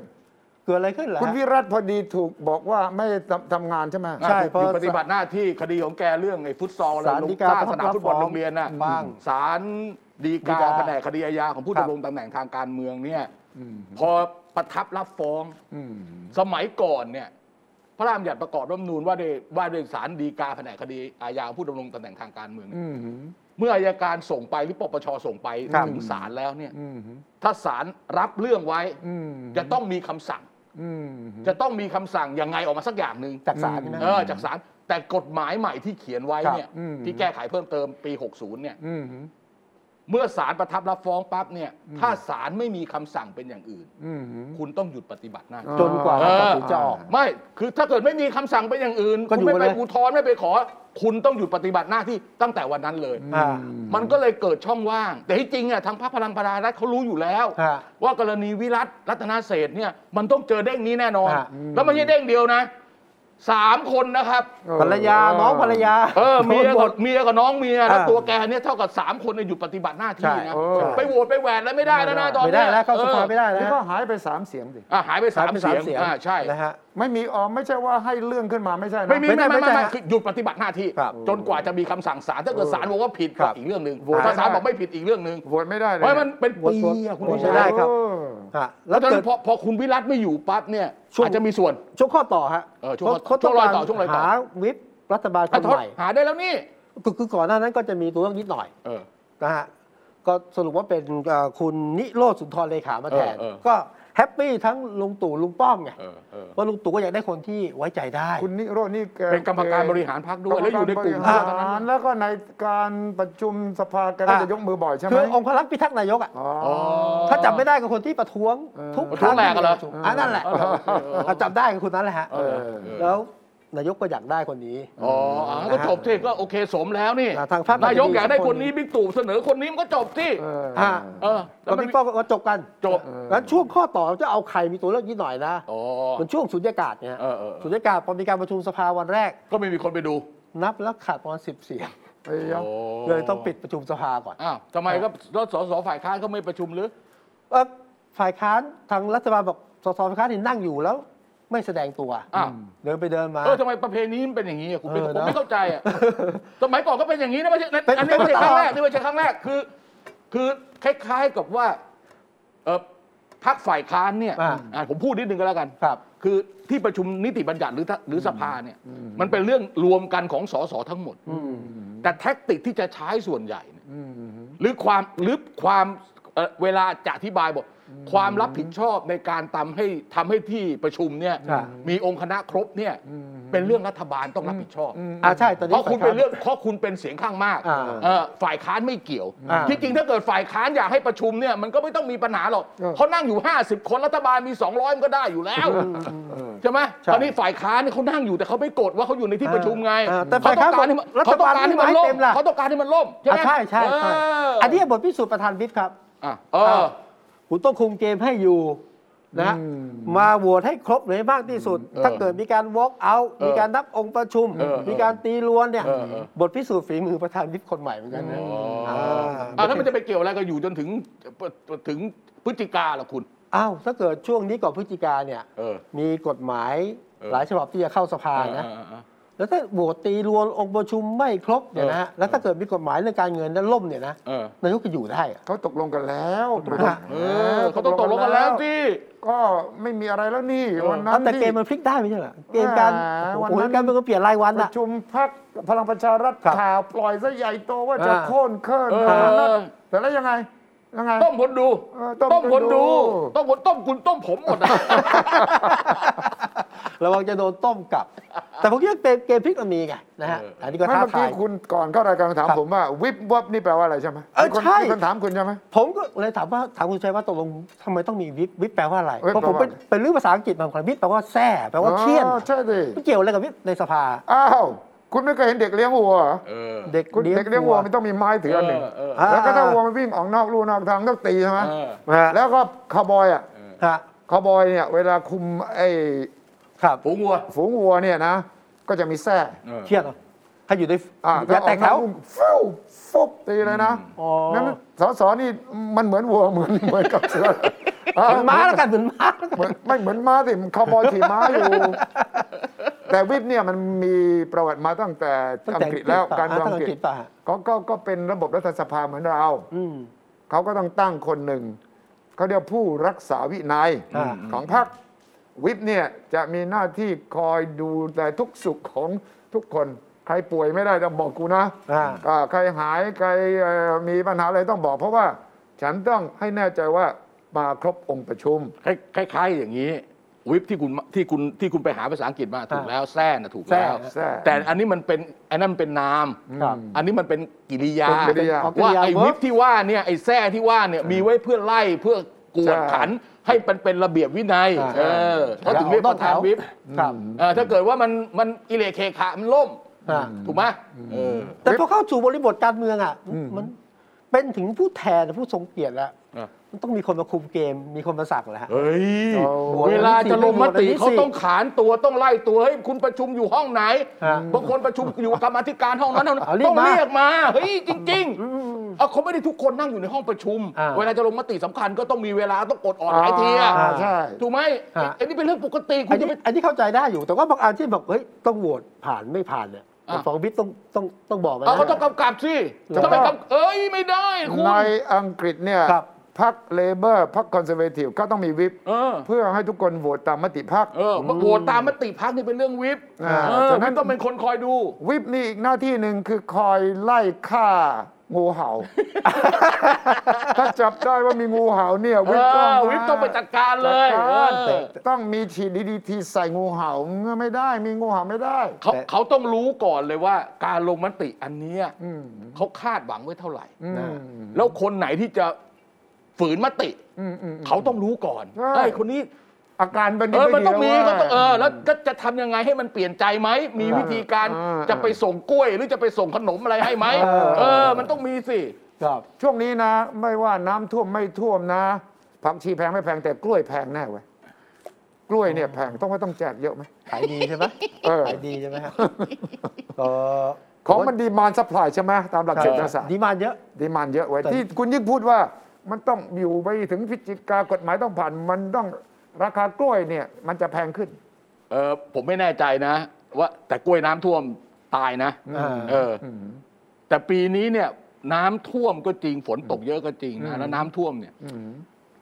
Speaker 1: เกิดอะไรขึ้นเหรอ
Speaker 3: คุณ
Speaker 1: ฮะ
Speaker 3: วิรัตพอดีถูกบอกว่าไม่ทำทำงานใช่ไหม
Speaker 1: ใช่
Speaker 2: หยุด
Speaker 1: เพราะ
Speaker 2: ปฏิบัติหน้าที่คดีของแกเรื่องไอ้ฟุตซอลอะไร
Speaker 1: ศาล
Speaker 2: ลง
Speaker 1: ฎีกา
Speaker 2: สร้างสนามฟุตบอลโรงเรียนน่ะ
Speaker 1: บ้าง
Speaker 2: ศาลฎีกา
Speaker 1: ฎีกา
Speaker 2: แผนกคดีอาญาของผู้
Speaker 1: ครับ
Speaker 2: ดำรงตำแหน่งทางการเมืองเนี่ยพอประทับรับฟ้องสมัยก่อนเนี่ย พระราชบัญญัติประกอบรัฐธรรมนูญว่าด้วยว่าด้วยศาลฎีกาแผนกคดีอาญาของผู้ดำรงตำแหน่งทางการเมืองเนี่ยเมื่ออายการส่งไปหรือปปชส่งไปถึงศาลแล้วเนี่ยถ้าศาลรับเรื่องไว้จะต้องมีคำสั่งจะต้องมีคำสั่งยังไงออกมาสักอย่างหนึ่ง
Speaker 1: จากศาลนี่นะ
Speaker 2: เออจากสารแต่กฎหมายใหม่ที่เขียนไว้
Speaker 1: ครับ
Speaker 2: เนี่ยที่แก้ไขเพิ่มเติมปี 60 เนี่ยเมื่อศาลประทับรับฟ้องปั๊บเนี่ย ถ้าศาลไม่มีคำสั่งเป็นอย่างอื่นคุณต้องหยุดปฏิบัติหน้าที่
Speaker 1: จนกว่า
Speaker 2: เอ
Speaker 1: จะ
Speaker 2: อ
Speaker 1: ถึงจะออก
Speaker 2: ไม่คือถ้าเกิดไม่มีคำสั่งเป็นอย่างอื่น
Speaker 1: ก็
Speaker 2: คุณ
Speaker 1: อยู่
Speaker 2: ไม่ไป
Speaker 1: เลย
Speaker 2: อุทธรณ์ไม่ไปขอ คุณต้องหยุดปฏิบัติหน้าที่ตั้งแต่วันนั้นเลย
Speaker 1: อ่า
Speaker 2: มันก็เลยเกิดช่องว่าง แต่ที่จริงอ่ะทางพรรคพลังประชารัฐเขารู้อยู่แล้ว
Speaker 1: ฮะ
Speaker 2: ว่ากรณีวิรัตรัตนเศรษฐ์เนี่ยมันต้องเจอเด้งนี้แน่นอน
Speaker 1: ฮะ
Speaker 2: แล้วมันไม่ใช่เด้งเดียวนะ สามคนนะครับ
Speaker 1: ภรรยาน้องภรรยา
Speaker 2: เออเมีย
Speaker 1: โดนหม
Speaker 2: กั
Speaker 1: ด
Speaker 2: บเมียกับน้องเมียแล้ว
Speaker 1: อ่า
Speaker 2: ตัวแกเนี่ยเท่ากับ 3 คนเนี่ยหยุดปฏิบัติหน้าที่
Speaker 1: ใช่
Speaker 2: นะ
Speaker 1: เออ
Speaker 2: ไปโหวตไปแหวนแล้วไม่ได้แล้วนะตอน
Speaker 1: ไม่
Speaker 2: เนี้
Speaker 1: ได้
Speaker 2: ย
Speaker 1: แล้วเข้าสภาไม่ได้
Speaker 3: นี่
Speaker 1: นะ
Speaker 3: ก็หายไปสามเสียงดิ
Speaker 2: อ่ะหายไปสาม
Speaker 1: ไป
Speaker 2: เสียงอ่าใช่
Speaker 1: นะฮะ
Speaker 3: ไม่มีออมไม่ใช่ว่าให้เรื่องขึ้นมาไม่ใช่นะ
Speaker 2: ไม่มี
Speaker 1: ไม่ได้
Speaker 2: ไม่ไม่
Speaker 1: ไม่ได้
Speaker 2: ไม่
Speaker 1: ฮะ
Speaker 2: คือหยุดปฏิบัติหน้าที่
Speaker 1: ครับ
Speaker 2: จนกว่าจะมีคำสั่งศาลถ้าเกิดศาลบอกว่าผิด
Speaker 1: ครั
Speaker 2: ก็
Speaker 1: บ
Speaker 2: อีกเรื่องหนึ่ง
Speaker 1: โหวต
Speaker 2: ถ้าศาล
Speaker 3: ไม่
Speaker 2: บ
Speaker 3: ได้
Speaker 2: อกไม่ผิดอีกเรื่องหนึ่ง
Speaker 3: โหวตไม่ได้เลย
Speaker 2: เพราะมันเป็น
Speaker 1: โหวต
Speaker 2: ปี
Speaker 1: โหวต
Speaker 2: อะคุณ
Speaker 1: โหวต
Speaker 2: ผู้ช
Speaker 1: ไม่
Speaker 2: ม
Speaker 1: ได้ครับ
Speaker 3: เออ
Speaker 1: ฮะ
Speaker 2: แล้
Speaker 1: แล้ว ว
Speaker 2: ตอน
Speaker 1: เกิด
Speaker 2: พอพอคุณวิรัตไม่อยู่ปั๊บเนี่ย
Speaker 1: ช่วง
Speaker 2: อาจจะมีส่วน
Speaker 1: ช่วงข้อต่อฮะ
Speaker 2: เออช่วงข้อ
Speaker 1: เขา
Speaker 2: ช่วงรอยต่อ
Speaker 1: ต้การ
Speaker 2: ช่วงรอยต่อ
Speaker 1: หาวิปรัฐบาลค
Speaker 2: อ่ะ
Speaker 1: น
Speaker 2: โทษ
Speaker 1: ใหม่
Speaker 2: หาได้แล้วนี่
Speaker 1: คือคือก่อนหน้านั้นก็จะมีตัวเรื่องนิดหน่อย
Speaker 2: เออ
Speaker 1: นะฮะก็สรุปว่าเป็นเอ่อคุณนิโรธสุนทรเลขามาแทน
Speaker 2: เออเออ
Speaker 1: ก็แฮปปี้ทั้งลุงตู่ลุงป้อมไง
Speaker 2: เออเออ
Speaker 1: ว่าะลุงตู่ก็อยากได้คนที่ไว้ใจได้
Speaker 3: คุณนิโรจน์นี่แ
Speaker 2: เป็นกรรมการบริหารพรรคด้วยแล้วอยู่ในกลุ่ม
Speaker 3: รรม
Speaker 2: เพื่
Speaker 3: กา
Speaker 2: อ
Speaker 3: รบ
Speaker 2: เท่า
Speaker 3: ริ
Speaker 2: นั้น
Speaker 3: หาร
Speaker 2: นะ
Speaker 3: แล้วก็ในการประชุมสภาแกก็
Speaker 1: อ่ะ
Speaker 3: จะยกมือบ่อยใช่ไหม
Speaker 1: คือองค์พลักษ์พิทักษ์นายกอ่ะ
Speaker 3: อ๋อ
Speaker 2: อ๋อ
Speaker 1: ถ้าจำไม่ได้ก็คนที่ประท้วงทุก
Speaker 2: ประ
Speaker 1: ค
Speaker 2: ท้ว
Speaker 1: รั้
Speaker 2: ง
Speaker 1: ง
Speaker 2: แหลกอะเหรอ
Speaker 1: อ่ะนั่นแหละเอาจำได้คือคนนั้นแหละฮะ
Speaker 2: เออเออเออ
Speaker 1: แล้วนายกก็อยากได้คนนี้
Speaker 2: อ๋ออ่ะก็จบที่ก็โอเคสมแล้วนี่
Speaker 1: อ่ะทางพรรค
Speaker 2: นายก
Speaker 1: ก็จะมี
Speaker 2: อยากได้
Speaker 1: สัก
Speaker 2: ค
Speaker 1: คน น
Speaker 2: นี้บิ๊กตู่เสนอคนนี้มันก็จบที่
Speaker 1: ฮะ
Speaker 2: เออแล้
Speaker 1: แล้ว ว
Speaker 2: มัน
Speaker 1: พี่ป้อมก็จบกัน
Speaker 2: จบ
Speaker 1: งั้นช่วงข้อต่อจะเอาใครมีตัวเลือกนิดหน่อยนะ
Speaker 2: อ๋อ
Speaker 1: เหมือนช่วงสุญญากาศเนี่ย
Speaker 2: เออเออเออ
Speaker 1: สุญญากาศพอมีการประชุมสภาวันแรก
Speaker 2: ก็ไม่มีคนไปดู
Speaker 1: นับแล้วขาดประมาณสิบเสียง
Speaker 3: ไอ้ยะ
Speaker 2: โ
Speaker 1: เลยต้องปิดประชุมสภาก่อน
Speaker 2: อ้าวทำไมก็รถสสฝ่ายค้านเขาไม่ประชุมหรือ
Speaker 1: เอ่อฝ่ายค้านทางรัฐบาลบอกสสฝ่ายค้านนี่นั่งอยู่แล้ว ไม่แสดงตัว
Speaker 2: อ้าว
Speaker 1: เดินไปเดินมา
Speaker 2: เออทำไมประเพณีมันเป็นอย่างนี้อ่ะคุณเป็น
Speaker 1: เออ
Speaker 2: ผม
Speaker 1: เนอะ
Speaker 2: ไม่เข้าใจ อ่ะสมัยก่อนก็เป็นอย่างนี้นะไม่ใช่นะ
Speaker 1: เป็น
Speaker 2: อันนี้ไม่
Speaker 1: เป็น
Speaker 2: ใช่
Speaker 1: มา
Speaker 2: ค
Speaker 1: ตลอด
Speaker 2: รั้งแรกนี่ไม่ใช่ครั้งแรกคือ คือคล้ายๆกับว่าเออพักฝ่ายค้านเนี่ย
Speaker 1: อ่า
Speaker 2: อ่ะผมพูดนิดนึงก็แล้วกัน
Speaker 1: ครับ
Speaker 2: คือที่ประชุมนิติบัญญัติหรือถ้าหรือสภาเนี่ยมันเป็นเรื่องรวมกันของสสทั้งหมด แต่แท็กติกที่จะใช้ส่วนใหญ่เนี่ยหรือความหรือความเอ่อเวลาจะอธิบายบอกความรับผิดชอบในการทำให้ทำให้ที่ประชุมเนี่ย
Speaker 1: อ่า
Speaker 2: มีองค์คณะครบเนี่ยเป็นเรื่องรัฐบาลต้องรับผิดชอบ
Speaker 1: อ่าใช่ตอนนี้
Speaker 2: เพราะคุณเป็
Speaker 1: ฝ่าย
Speaker 2: น
Speaker 1: ค้า
Speaker 2: เรื่องเพราะคุณเป็นเสียงข้างมาก
Speaker 1: อ่า
Speaker 2: เอ่อฝ่ายค้านไม่เกี่ยว
Speaker 1: อ่า
Speaker 2: ที่จริงถ้าเกิดฝ่ายค้านอยากให้ประชุมเนี่ยมันก็ไม่ต้องมีปัญหาหรอกเขานั่งอยู่ 50 คนรัฐบาลมี 200 มันก็ได้อยู่แล้วใช่ไหม
Speaker 1: ใช่
Speaker 2: ตอนนี้ฝ่ายค้านเนี่ยเขานั่งอยู่แต่เขาไม่กดว่าเขาอยู่ในที่ประชุมไง
Speaker 1: อ่าแต่ฝ่ายค้าน
Speaker 2: เขต้องการให้มัน
Speaker 1: รัฐ
Speaker 2: เขาต้อง
Speaker 1: บาล
Speaker 2: การให้มัน
Speaker 1: ไม่ให้
Speaker 2: ล่ม
Speaker 1: เต็มล่ะ
Speaker 2: เขาต้องการให้มันล่มใช่ไหม
Speaker 1: อ่ะใช่ใช่ใช่
Speaker 2: เ
Speaker 1: อันนี้บทพิสูจน์ประธานวิปครับ
Speaker 2: อ่ะเออ
Speaker 1: คุณต้องคุมเกมให้อยู่นะมาโหวตให้ครบเลยมากที่สุด ถ้าเกิดมีการ walk out
Speaker 2: เออ
Speaker 1: มีการนับองค์ประชุม
Speaker 2: เออเออ
Speaker 1: มีการตีรวนเนี่ย
Speaker 2: เออเออ
Speaker 1: บทพิสูจน์ฝีมือประธานวิปคนใหม่เหมือนกันนะา
Speaker 2: อ่ะแล้วมันจะไปเกี่ยวอะไรกับอยู่จนถึงถึงพฤศจิกาเหรอคุณ
Speaker 1: อ้าวถ้าเกิดช่วงนี้ก่อนพฤศจิกาเนี่ย
Speaker 2: เออ
Speaker 1: มีกฎหมาย
Speaker 2: เออ
Speaker 1: หลายฉบับที่จะเข้าสภานะ
Speaker 2: เออเออเออ
Speaker 1: แล้วถ้าโหวตตีรวนองค์ประชุมไม่ครบเนี่ยนะฮะ
Speaker 2: เออ
Speaker 1: แล้วถ้าเกิดมีกฎหมายเรื่องการเงินนั้นล่มเนี่ยนะ
Speaker 2: เออ
Speaker 1: นายกจะอยู่ได้อะ
Speaker 3: เขาตกลงกันแล้ว
Speaker 1: ฮะ
Speaker 2: เออเขาต้องตกลงกันแล้วสิ
Speaker 3: ก็ไม่มีอะไรแล้วนี่ วันนั้
Speaker 1: เอา
Speaker 3: น
Speaker 1: แต่
Speaker 3: ที่
Speaker 1: เกมมันพลิกได้ไม่ใช่เหรอเกมการ
Speaker 3: แหม
Speaker 1: โอ้
Speaker 3: วัน
Speaker 1: โห
Speaker 3: นั้น
Speaker 1: การเมืองมันเปลี่ยนรายวัน
Speaker 3: ป
Speaker 1: อะ
Speaker 3: ระชุมพักพลังประชารัฐ
Speaker 1: ครับ
Speaker 3: ข่าวปล่อยซะใหญ่โตว่าจะ
Speaker 1: อ่า
Speaker 3: โค่นเคลื่อน
Speaker 2: เออ
Speaker 3: ฐานะแต่แล้วยังไงยังไง
Speaker 2: ต้มคนดู
Speaker 3: เออต้
Speaker 2: ต้ม
Speaker 3: ม
Speaker 2: ค
Speaker 3: คน นดู
Speaker 2: ดู ต้มคนต้มคุณต้มผมหมดอะ
Speaker 1: ระวังจะโดนต้มกลับ แต่ผมคิดว่าเกมเกมพลิกมันมีไงนะฮะ
Speaker 2: เอออั
Speaker 1: อันนี้ก็
Speaker 3: ไม่
Speaker 1: ท้า
Speaker 3: เมื่อ
Speaker 1: ทา
Speaker 3: กี้
Speaker 1: ย
Speaker 3: คุณก่อนเข้ารายการถาม
Speaker 1: ครับ
Speaker 3: ผมว่าวิบวับนี่แปลว่าอะไรใช่ไหม
Speaker 1: เออ
Speaker 3: มีคน
Speaker 1: ใช่
Speaker 3: มีคนถามคุณใช่ไหม
Speaker 1: ผมก็เลยถามว่าถามคุณชัยว่าตกลงทำไมต้องมีวิปวิปแปลว่าอะไร
Speaker 3: เอ้ย
Speaker 1: เพราะผม
Speaker 3: แปลว่า
Speaker 1: เป็นเป็นเรื่องภาษาอังกฤษมาของวิปแปลว่าแส่แปลว่าเคี่ยน
Speaker 3: อ๋อใช่ดิ
Speaker 1: มันเกี่ยวอะไรกับวิปในสภา
Speaker 3: อ้าวคุณไม่เคยเห็นเด็กเลี้ยงวัวเหรอ
Speaker 1: เด็ก
Speaker 3: คุณ
Speaker 1: เลี้ยง
Speaker 3: เด็กเลี้ยงวัวมันต้องมีไม้ถืออันหนึ่ง
Speaker 2: เออเออ
Speaker 1: อ่
Speaker 3: แล้วก็ถ้าวัวมันวิ่งออกนอกลู่นอกทางต้องตีใช่ไหม
Speaker 2: เออ
Speaker 3: แล้วก็คาวบอยอ่ะ
Speaker 1: ฮะ
Speaker 3: คาวบอยเนี่ยเวลาคุมไอ้
Speaker 1: ครับ
Speaker 2: ฝูงวัว
Speaker 3: ฝูงวัวเนี่ยนะ ก็จะมีแส้
Speaker 1: เคี่ยนเหรอให้อยู่ใน
Speaker 3: อ่ะ
Speaker 1: อย่าแตกแถว
Speaker 3: ออนอลู่ฟิวฟุบตีเลยนะ
Speaker 1: อ๋อ
Speaker 3: นั้นสสนี่มันเหมือนวัวเหมือน เหมือนกับเสือ
Speaker 1: เหมือนม้าแล้วกันเหมือนม้าแล้วกัน
Speaker 3: เหมือนไม่เหมือนม้าสิคาวบอยขี่ม้าอยู่ แต่วิปเนี่ยมันมีประวัติมาตั้งแต่อังกฤษแล้วการเมือง
Speaker 1: ตั้งอั
Speaker 3: อัง
Speaker 1: ง
Speaker 3: ก
Speaker 1: ก
Speaker 3: ฤ
Speaker 1: ฤ
Speaker 3: ษ
Speaker 1: ษป่ะฮะ
Speaker 3: ก็ก็ก็เป็นระบบรัฐสภาเหมือนเรา
Speaker 1: อืม
Speaker 3: เขาก็ต้องตั้งคนหนึ่ง เขาเรียกผู้รักษาวินัย
Speaker 1: อ่า
Speaker 3: ของพรรควิปเนี่ยจะมีหน้าที่คอยดูแลทุกสุขของทุกคน ใครป่วยไม่ได้ต้องบอกกูนะ
Speaker 1: อ่า
Speaker 3: อ่าใครหายใครเอ่อมีปัญหาอะไรต้องบอก เพราะว่าฉันต้องให้แน่ใจว่ามาครบองค์ประชุม
Speaker 2: คล้ายคล้ายๆอย่างนี้ วิปที่คุณที่คุณที่คุณไปหาภาษาอังกฤษมาถูกแล้วแซ่น่ะถูกแล้ว
Speaker 3: แซ่
Speaker 2: แต่อันนี้มันเป็นอันนั้นมันเป็นนาม
Speaker 1: ครับ
Speaker 2: อันนี้มันเป็นกิริยา
Speaker 3: เป็นกิริยา
Speaker 2: ว่าไอ้
Speaker 1: เป็นกิริยา
Speaker 2: วิปที่ว่าเนี่ยไอ้แซ่ที่ว่าเนี่ยมีไว้เพื่อไล่เพื่อกวดขันให้มันเป็นระเบียบวินัยเออเขาถึงเรียกประธานวิป
Speaker 1: ครับ
Speaker 2: เออถ้าเกิดว่ามันมันอิเลเคขะมันล่ม
Speaker 1: อ่า
Speaker 2: ถูกไหมเออ
Speaker 1: แต่พอเข้าสู่บริบทการเมืองอ่ะมันเป็นถึงผู้แทนผู้ทรงเกียรติแล้ว
Speaker 2: เออ
Speaker 1: มันต้องมีคนมาคุมเกม มีคนมาสั่งแหละฮะ
Speaker 2: เฮ้ย
Speaker 1: เอา
Speaker 2: เวลาจะลงมติ
Speaker 1: โหวตวันนี้สิ
Speaker 2: เขาต้องขานตัวต้องไล่ตัวเฮ้ยคุณประชุมอยู่ห้องไหน
Speaker 1: ฮะ
Speaker 2: บางคนประชุมอยู่กรรมาธิการห้องนั้นห้องนั้น
Speaker 1: เอาเรียก
Speaker 2: ต้อง
Speaker 1: มา
Speaker 2: เรียกมาเฮ้ยจริงๆเอาเขาไม่ได้ทุกคนนั่งอยู่ในห้องประชุม
Speaker 1: อ่า
Speaker 2: เวลาจะลงมติสำคัญก็ต้องมีเวลาต้องกดออดหลายทีอะ
Speaker 3: อ่าใช่
Speaker 2: ถูกไหม
Speaker 1: ฮะ
Speaker 2: ไอันนี้เป็นเรื่องปกติคุ
Speaker 1: อั
Speaker 2: ณ
Speaker 1: น
Speaker 2: จะ
Speaker 1: นี้
Speaker 2: ไป
Speaker 1: อันนี้เข้าใจได้อยู่แต่ว่าบางอันที่แบบเฮ้ยต้องโหวตผ่านไม่ผ่านเนี่ย
Speaker 2: อ่ะ
Speaker 1: สองบิ๊กต้องต้องต้องบอกไป
Speaker 2: เอา
Speaker 1: นะ
Speaker 2: เขาต้องกำกับสิ
Speaker 1: ถูกต้อง
Speaker 2: ทำไมกำเอ้ยไม่ได้คุณ
Speaker 3: ในอังกฤษเนี่ย
Speaker 1: ครับ
Speaker 3: พรรคเลเบอร์พรรคคอนเซอร์เวทีฟก็ต้องมีวิป
Speaker 2: เออ
Speaker 3: เพื่อให้ทุกคนโหวตตามมติพรรค
Speaker 2: เออโหวตตามมติพักนี่เป็นเรื่องวิป
Speaker 3: อ่า
Speaker 2: เออ
Speaker 3: ฉะนั้น
Speaker 2: วิปต้องเป็นคนคอยดู
Speaker 3: วิปนี่อีกหน้าที่หนึ่งคือคอยไล่ฆ่างู เห่า ถ้าจับได้ว่ามีงูเห่าเนี่ยวิปต้อง
Speaker 2: เออวิปต้องไปจัดการเลย
Speaker 3: จัดการ
Speaker 2: เออ
Speaker 3: ต้องมีฉีดดีทีใส่งูเห่าเงื่อไม่ได้ มีงูเห่าไม่ได้
Speaker 2: เขา
Speaker 1: แต่
Speaker 2: เขาต้องรู้ก่อนเลยว่าการลงมติอันเนี้ยเขาคาดหวังไว้เท่าไหร่
Speaker 1: นะ
Speaker 2: แล้วคนไหนที่จะฝืนมติ เขาต้องรู้ก่อน
Speaker 3: ใช่
Speaker 2: ไอ้ยคนนี้
Speaker 3: อาการมัน
Speaker 2: เออมันต้องมี
Speaker 3: ดี
Speaker 2: ก็
Speaker 3: แล้ว
Speaker 2: ต้องเอ
Speaker 3: ว่า
Speaker 2: อแล้วจะจะทำยังไงให้มันเปลี่ยนใจไหม มีวิธีการ
Speaker 3: อ่า
Speaker 2: จะไปส่งกล้วย หรือจะไปส่งขนมอะไรให้ไหมเออ มันต้องมีสิ
Speaker 1: ครับ
Speaker 3: ช่วงนี้นะ ไม่ว่าน้ำท่วมไม่ท่วมนะผักชีแพงไม่แพงแต่กล้วยแพงแน่เว้ยกล้วยเนี่ยแพงต้องว่าต้องแจกเยอะไหม
Speaker 1: ขายดีใช่ไหม
Speaker 3: เออ
Speaker 1: ขายดีใช่ไหมฮะก็
Speaker 3: ของมันดีมานซัพพลายใช่ไหมตามหลักเศรษฐศาสตร์
Speaker 1: ดีมานเยอะ
Speaker 3: ดีมานเยอะไว้ย
Speaker 1: แต่
Speaker 3: ที่คุณยิ่งพูดว่ามันต้องอยู่ไปถึงพิจิกากฎหมายต้องผ่าน มันต้องราคากล้วยเนี่ย มันจะแพงขึ้น
Speaker 2: เออผมไม่แน่ใจนะ ว่าแต่กล้วยน้ำท่วมตายนะ
Speaker 1: อ่า
Speaker 2: เอออแต่ปีนี้เนี่ย น้ำท่วมก็จริงฝนตกเยอะก็จริงนะแล้วน้ำท่วมเนี่ย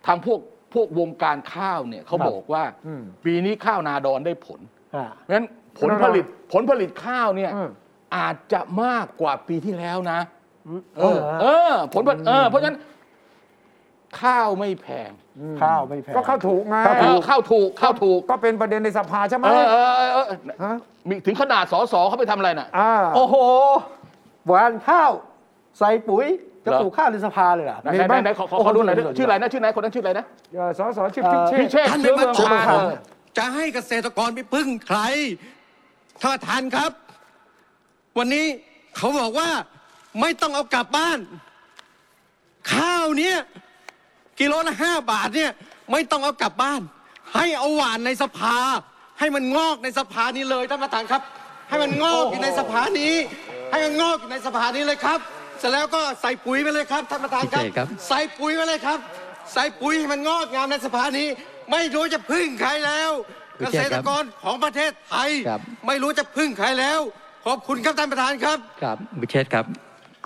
Speaker 2: ทางพวกพวกวงการข้าวเนี่ยเขาบอกว่า
Speaker 3: อืม
Speaker 2: ปีนี้ข้าวนาดอนได้ผล
Speaker 1: อ่ะ
Speaker 2: เพราะฉะนั้นผลผลิตผลผลิตข้าวเนี่ย
Speaker 3: อืม
Speaker 2: อาจจะมากกว่าปีที่แล้วนะ เออ
Speaker 1: เอ
Speaker 2: เอ
Speaker 1: อ
Speaker 2: อ ผลผลิตเออเพราะฉะนั้น ข้าวไม่แพง
Speaker 1: ข้าวไม่แพง
Speaker 3: ก็เข้าถูกไง
Speaker 2: เออข้าวถูกข้าวถูก
Speaker 3: ก็เป็นประเด็นในสภาใช่ไหม
Speaker 2: เออเออเออเออ
Speaker 3: ฮะ
Speaker 2: มีถึงขนาดสสเขาไปทำอะไรน่ะ
Speaker 3: อ่า
Speaker 2: โอ้โห
Speaker 1: หวานข้าว ใส่ปุ๋ยจะ
Speaker 2: เหรอ
Speaker 1: ปลูกข้าวในสภาเลยเหรอ
Speaker 2: ไหน
Speaker 3: มี
Speaker 2: ไหน
Speaker 3: บ้าง
Speaker 2: ไหนขอขอขอดูหน่อยดิ
Speaker 1: โอ้โห
Speaker 2: ชื่ออะไรนะชื่อไหนคนนั้นชื่ออะไรนะ
Speaker 3: เอ่อสสชื่อ
Speaker 1: เอ่
Speaker 3: พิ
Speaker 1: อ
Speaker 3: เชษ
Speaker 2: พี่
Speaker 3: ฐ์
Speaker 2: เชษฐ์เชื้อเมืองพานเออ
Speaker 6: จะให้เกษตรกรไปพึ่งใครท่านประธานครับ วันนี้เขาบอกว่าไม่ต้องเอากลับบ้าน ข้าวเนี้ยกิโลละห้าบาทเนี่ยไม่ต้องเอากลับบ้าน ให้เอาหวานในสภา ให้มันงอกในสภานี้เลยท่านประธานครับ ให้มันงอกอยู่ในสภานี้ ให้มันงอกอยู่ในสภานี้เลยครับ เสร็จแล้วก็ใส่ปุ๋ยไปเลยครับท่านประธานครับ
Speaker 4: พิเศษครับ
Speaker 6: ใส่ปุ๋ยไปเลยครับ ใส่ปุ๋ยให้มันงอกงามในสภานี้ ไม่รู้จะพึ่งใครแล้ว
Speaker 4: พิ
Speaker 6: เก
Speaker 4: เศษ
Speaker 6: ษ
Speaker 4: ค
Speaker 6: ตร
Speaker 4: รับ
Speaker 6: กรของประเทศไทย
Speaker 4: ครับ
Speaker 6: ไม่รู้จะพึ่งใครแล้ว ขอบคุณครับท่านประธานครับ
Speaker 4: ครับคุณพิเชษครับ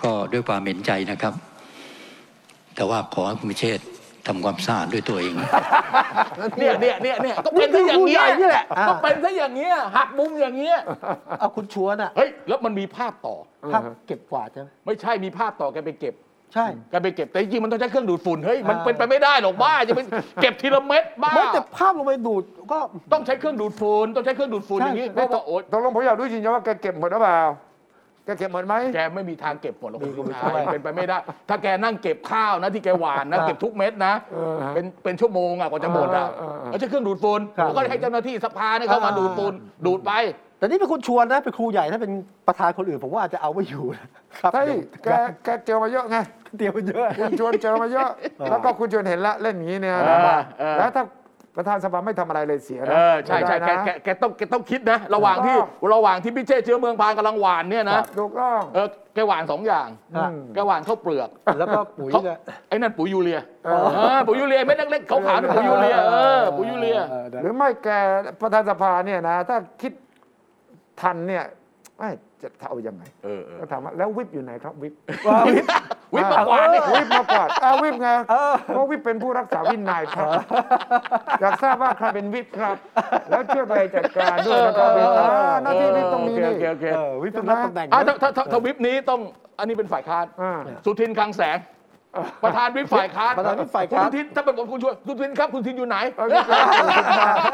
Speaker 4: ก็ด้วยความเห็นใจนะครับ แต่ว่าขอให้คุณพิเชษทำความสะอาดด้วยตัวเอง
Speaker 2: เนี่ยเนี่ยเนี่ยเนี่ยก็เป็นซะอย่างเงี้ย
Speaker 1: นี่คือผู้ใหญ่นี่แหละ
Speaker 2: ก็เป็นซะอย่างเงี้ยหักมุมอย่างเงี้ย
Speaker 1: เอาคุณชวนอ่ะ
Speaker 2: เฮ้ยแล้วมันมีภาพต่อ
Speaker 1: ถ้าเก็บกวาดใช่ไหม
Speaker 2: ไม่ใช่มีภาพต่อแกไปเก็บ
Speaker 1: ใช่
Speaker 2: แกไปเก็บแต่จริงๆมันต้องใช้เครื่องดูดฝุ่นเฮ้ยมัน
Speaker 1: อ่า
Speaker 2: เป็นไปไม่ได้หรอกบ้าจะไปเก็บทีละเม็ดบ้า
Speaker 1: ไม่แต่ภาพลงไปดูดก็
Speaker 2: ต้องใช้เครื่องดูดฝุ่นต้องใช้เครื่องดูดฝุ่น
Speaker 1: ใช่
Speaker 2: อย่างนี้เพราะว่าโอ๊ย
Speaker 3: ตกลงผมอยากรู้จริงๆว่าแกเก็บหมดหรือเปล่าแกเก็บหมดไหม
Speaker 2: แกไม่มีทางเก็บหมดหรอก
Speaker 1: มี
Speaker 2: คุณ
Speaker 1: ก็ไม่ใช่
Speaker 2: นายเป็นไปไม่ได้ ถ้าแกนั่งเก็บข้าวนะที่แกหวานนะเก็บทุกเม็ดนะ เป็นเป็นชั่วโมงอ่ะกว่าจะหมดอ่ะ
Speaker 3: เออเออเออ
Speaker 2: แล้วใช้เครื่องดูดฝุ่นแล้วก็ให้เจ้าหน้าที่สภาเนี่ยเข้ามาดูดฝุ่นดูดไป
Speaker 1: แต่นี่เป็นคุณชวนนะเป็นครูใหญ่ถ้าเป็นประธานคนอื่นผมว่าอาจจะเอาไม่อยู่นะครับ
Speaker 3: ใช่แกแกเจอมาเยอะไง
Speaker 1: เดียวมันเยอะ
Speaker 3: คุณชวนเจอมาเย อะ แล้วก็คุณชวนเห็นละเล่นอย่างนี้เนี่ย
Speaker 2: เออเออ
Speaker 3: แล้วถ้าประธานสภาไม่ทำอะไรเลยเสียนะ
Speaker 2: เออใช่ใช่แก
Speaker 3: ไม่
Speaker 2: แก
Speaker 3: ได้นะ
Speaker 2: แกต้องแกต้องคิดนะ ระหว่างที่
Speaker 3: ครับ
Speaker 2: ระหว่างที่พี่เชษเชื้อเมืองพานกำลังหวานเนี่ยนะ
Speaker 3: ถูกต้อง
Speaker 2: เออแกหวานสองอย่าง
Speaker 1: อืม
Speaker 2: แกหวานข้าวเปลือก
Speaker 1: แล้วก็ปุ๋ย
Speaker 2: เขา
Speaker 1: เนี่ย
Speaker 2: ไอ้นั่นปุ๋ยยูเรียเออปุ๋ยยูเรียเม็ดเล็กๆขาวๆนั่นปุ๋ยยูเรียเออปุ๋ยยูเรีย
Speaker 1: ออนะ
Speaker 3: หรือไม่แกประธานสภาเนี่ยนะ ถ้าคิดทันเนี่ยเอ้ยจะเอายังไง
Speaker 2: เออเออ
Speaker 3: ก็ถามว่าแล้ววิปอยู่ไหนครับวิป
Speaker 2: วิปปากหวานนี่
Speaker 3: วิปมาก่อนเอาวิปไงเพราะวิปเป็นผู้รักษาวินัย ครับอยากทราบว่าใครเป็นวิปครับ แล้วช่วยไปจัดการด้วยนะครับวิปอ่าหน้าที่วิปต้องมี
Speaker 2: โอเคโอเค
Speaker 1: เอ
Speaker 2: โอเค
Speaker 3: นี่
Speaker 1: อวิปเป็นรับตำแหน่ง
Speaker 2: อ่ะถ้าถ้าถ้าถ้าวิปนี้ต้องอันนี้เป็นฝ่ายค้าน
Speaker 3: อ่า
Speaker 2: สุทินคลังแสง ประธานวิปฝ่ายค้าน
Speaker 1: ประธานวิปฝ่ายค้าน
Speaker 2: คุณสุทินถ้าเป็นผมคุณชวนสุทินครับคุณสุทินอยู่ไหน
Speaker 3: เอาอย่างนี้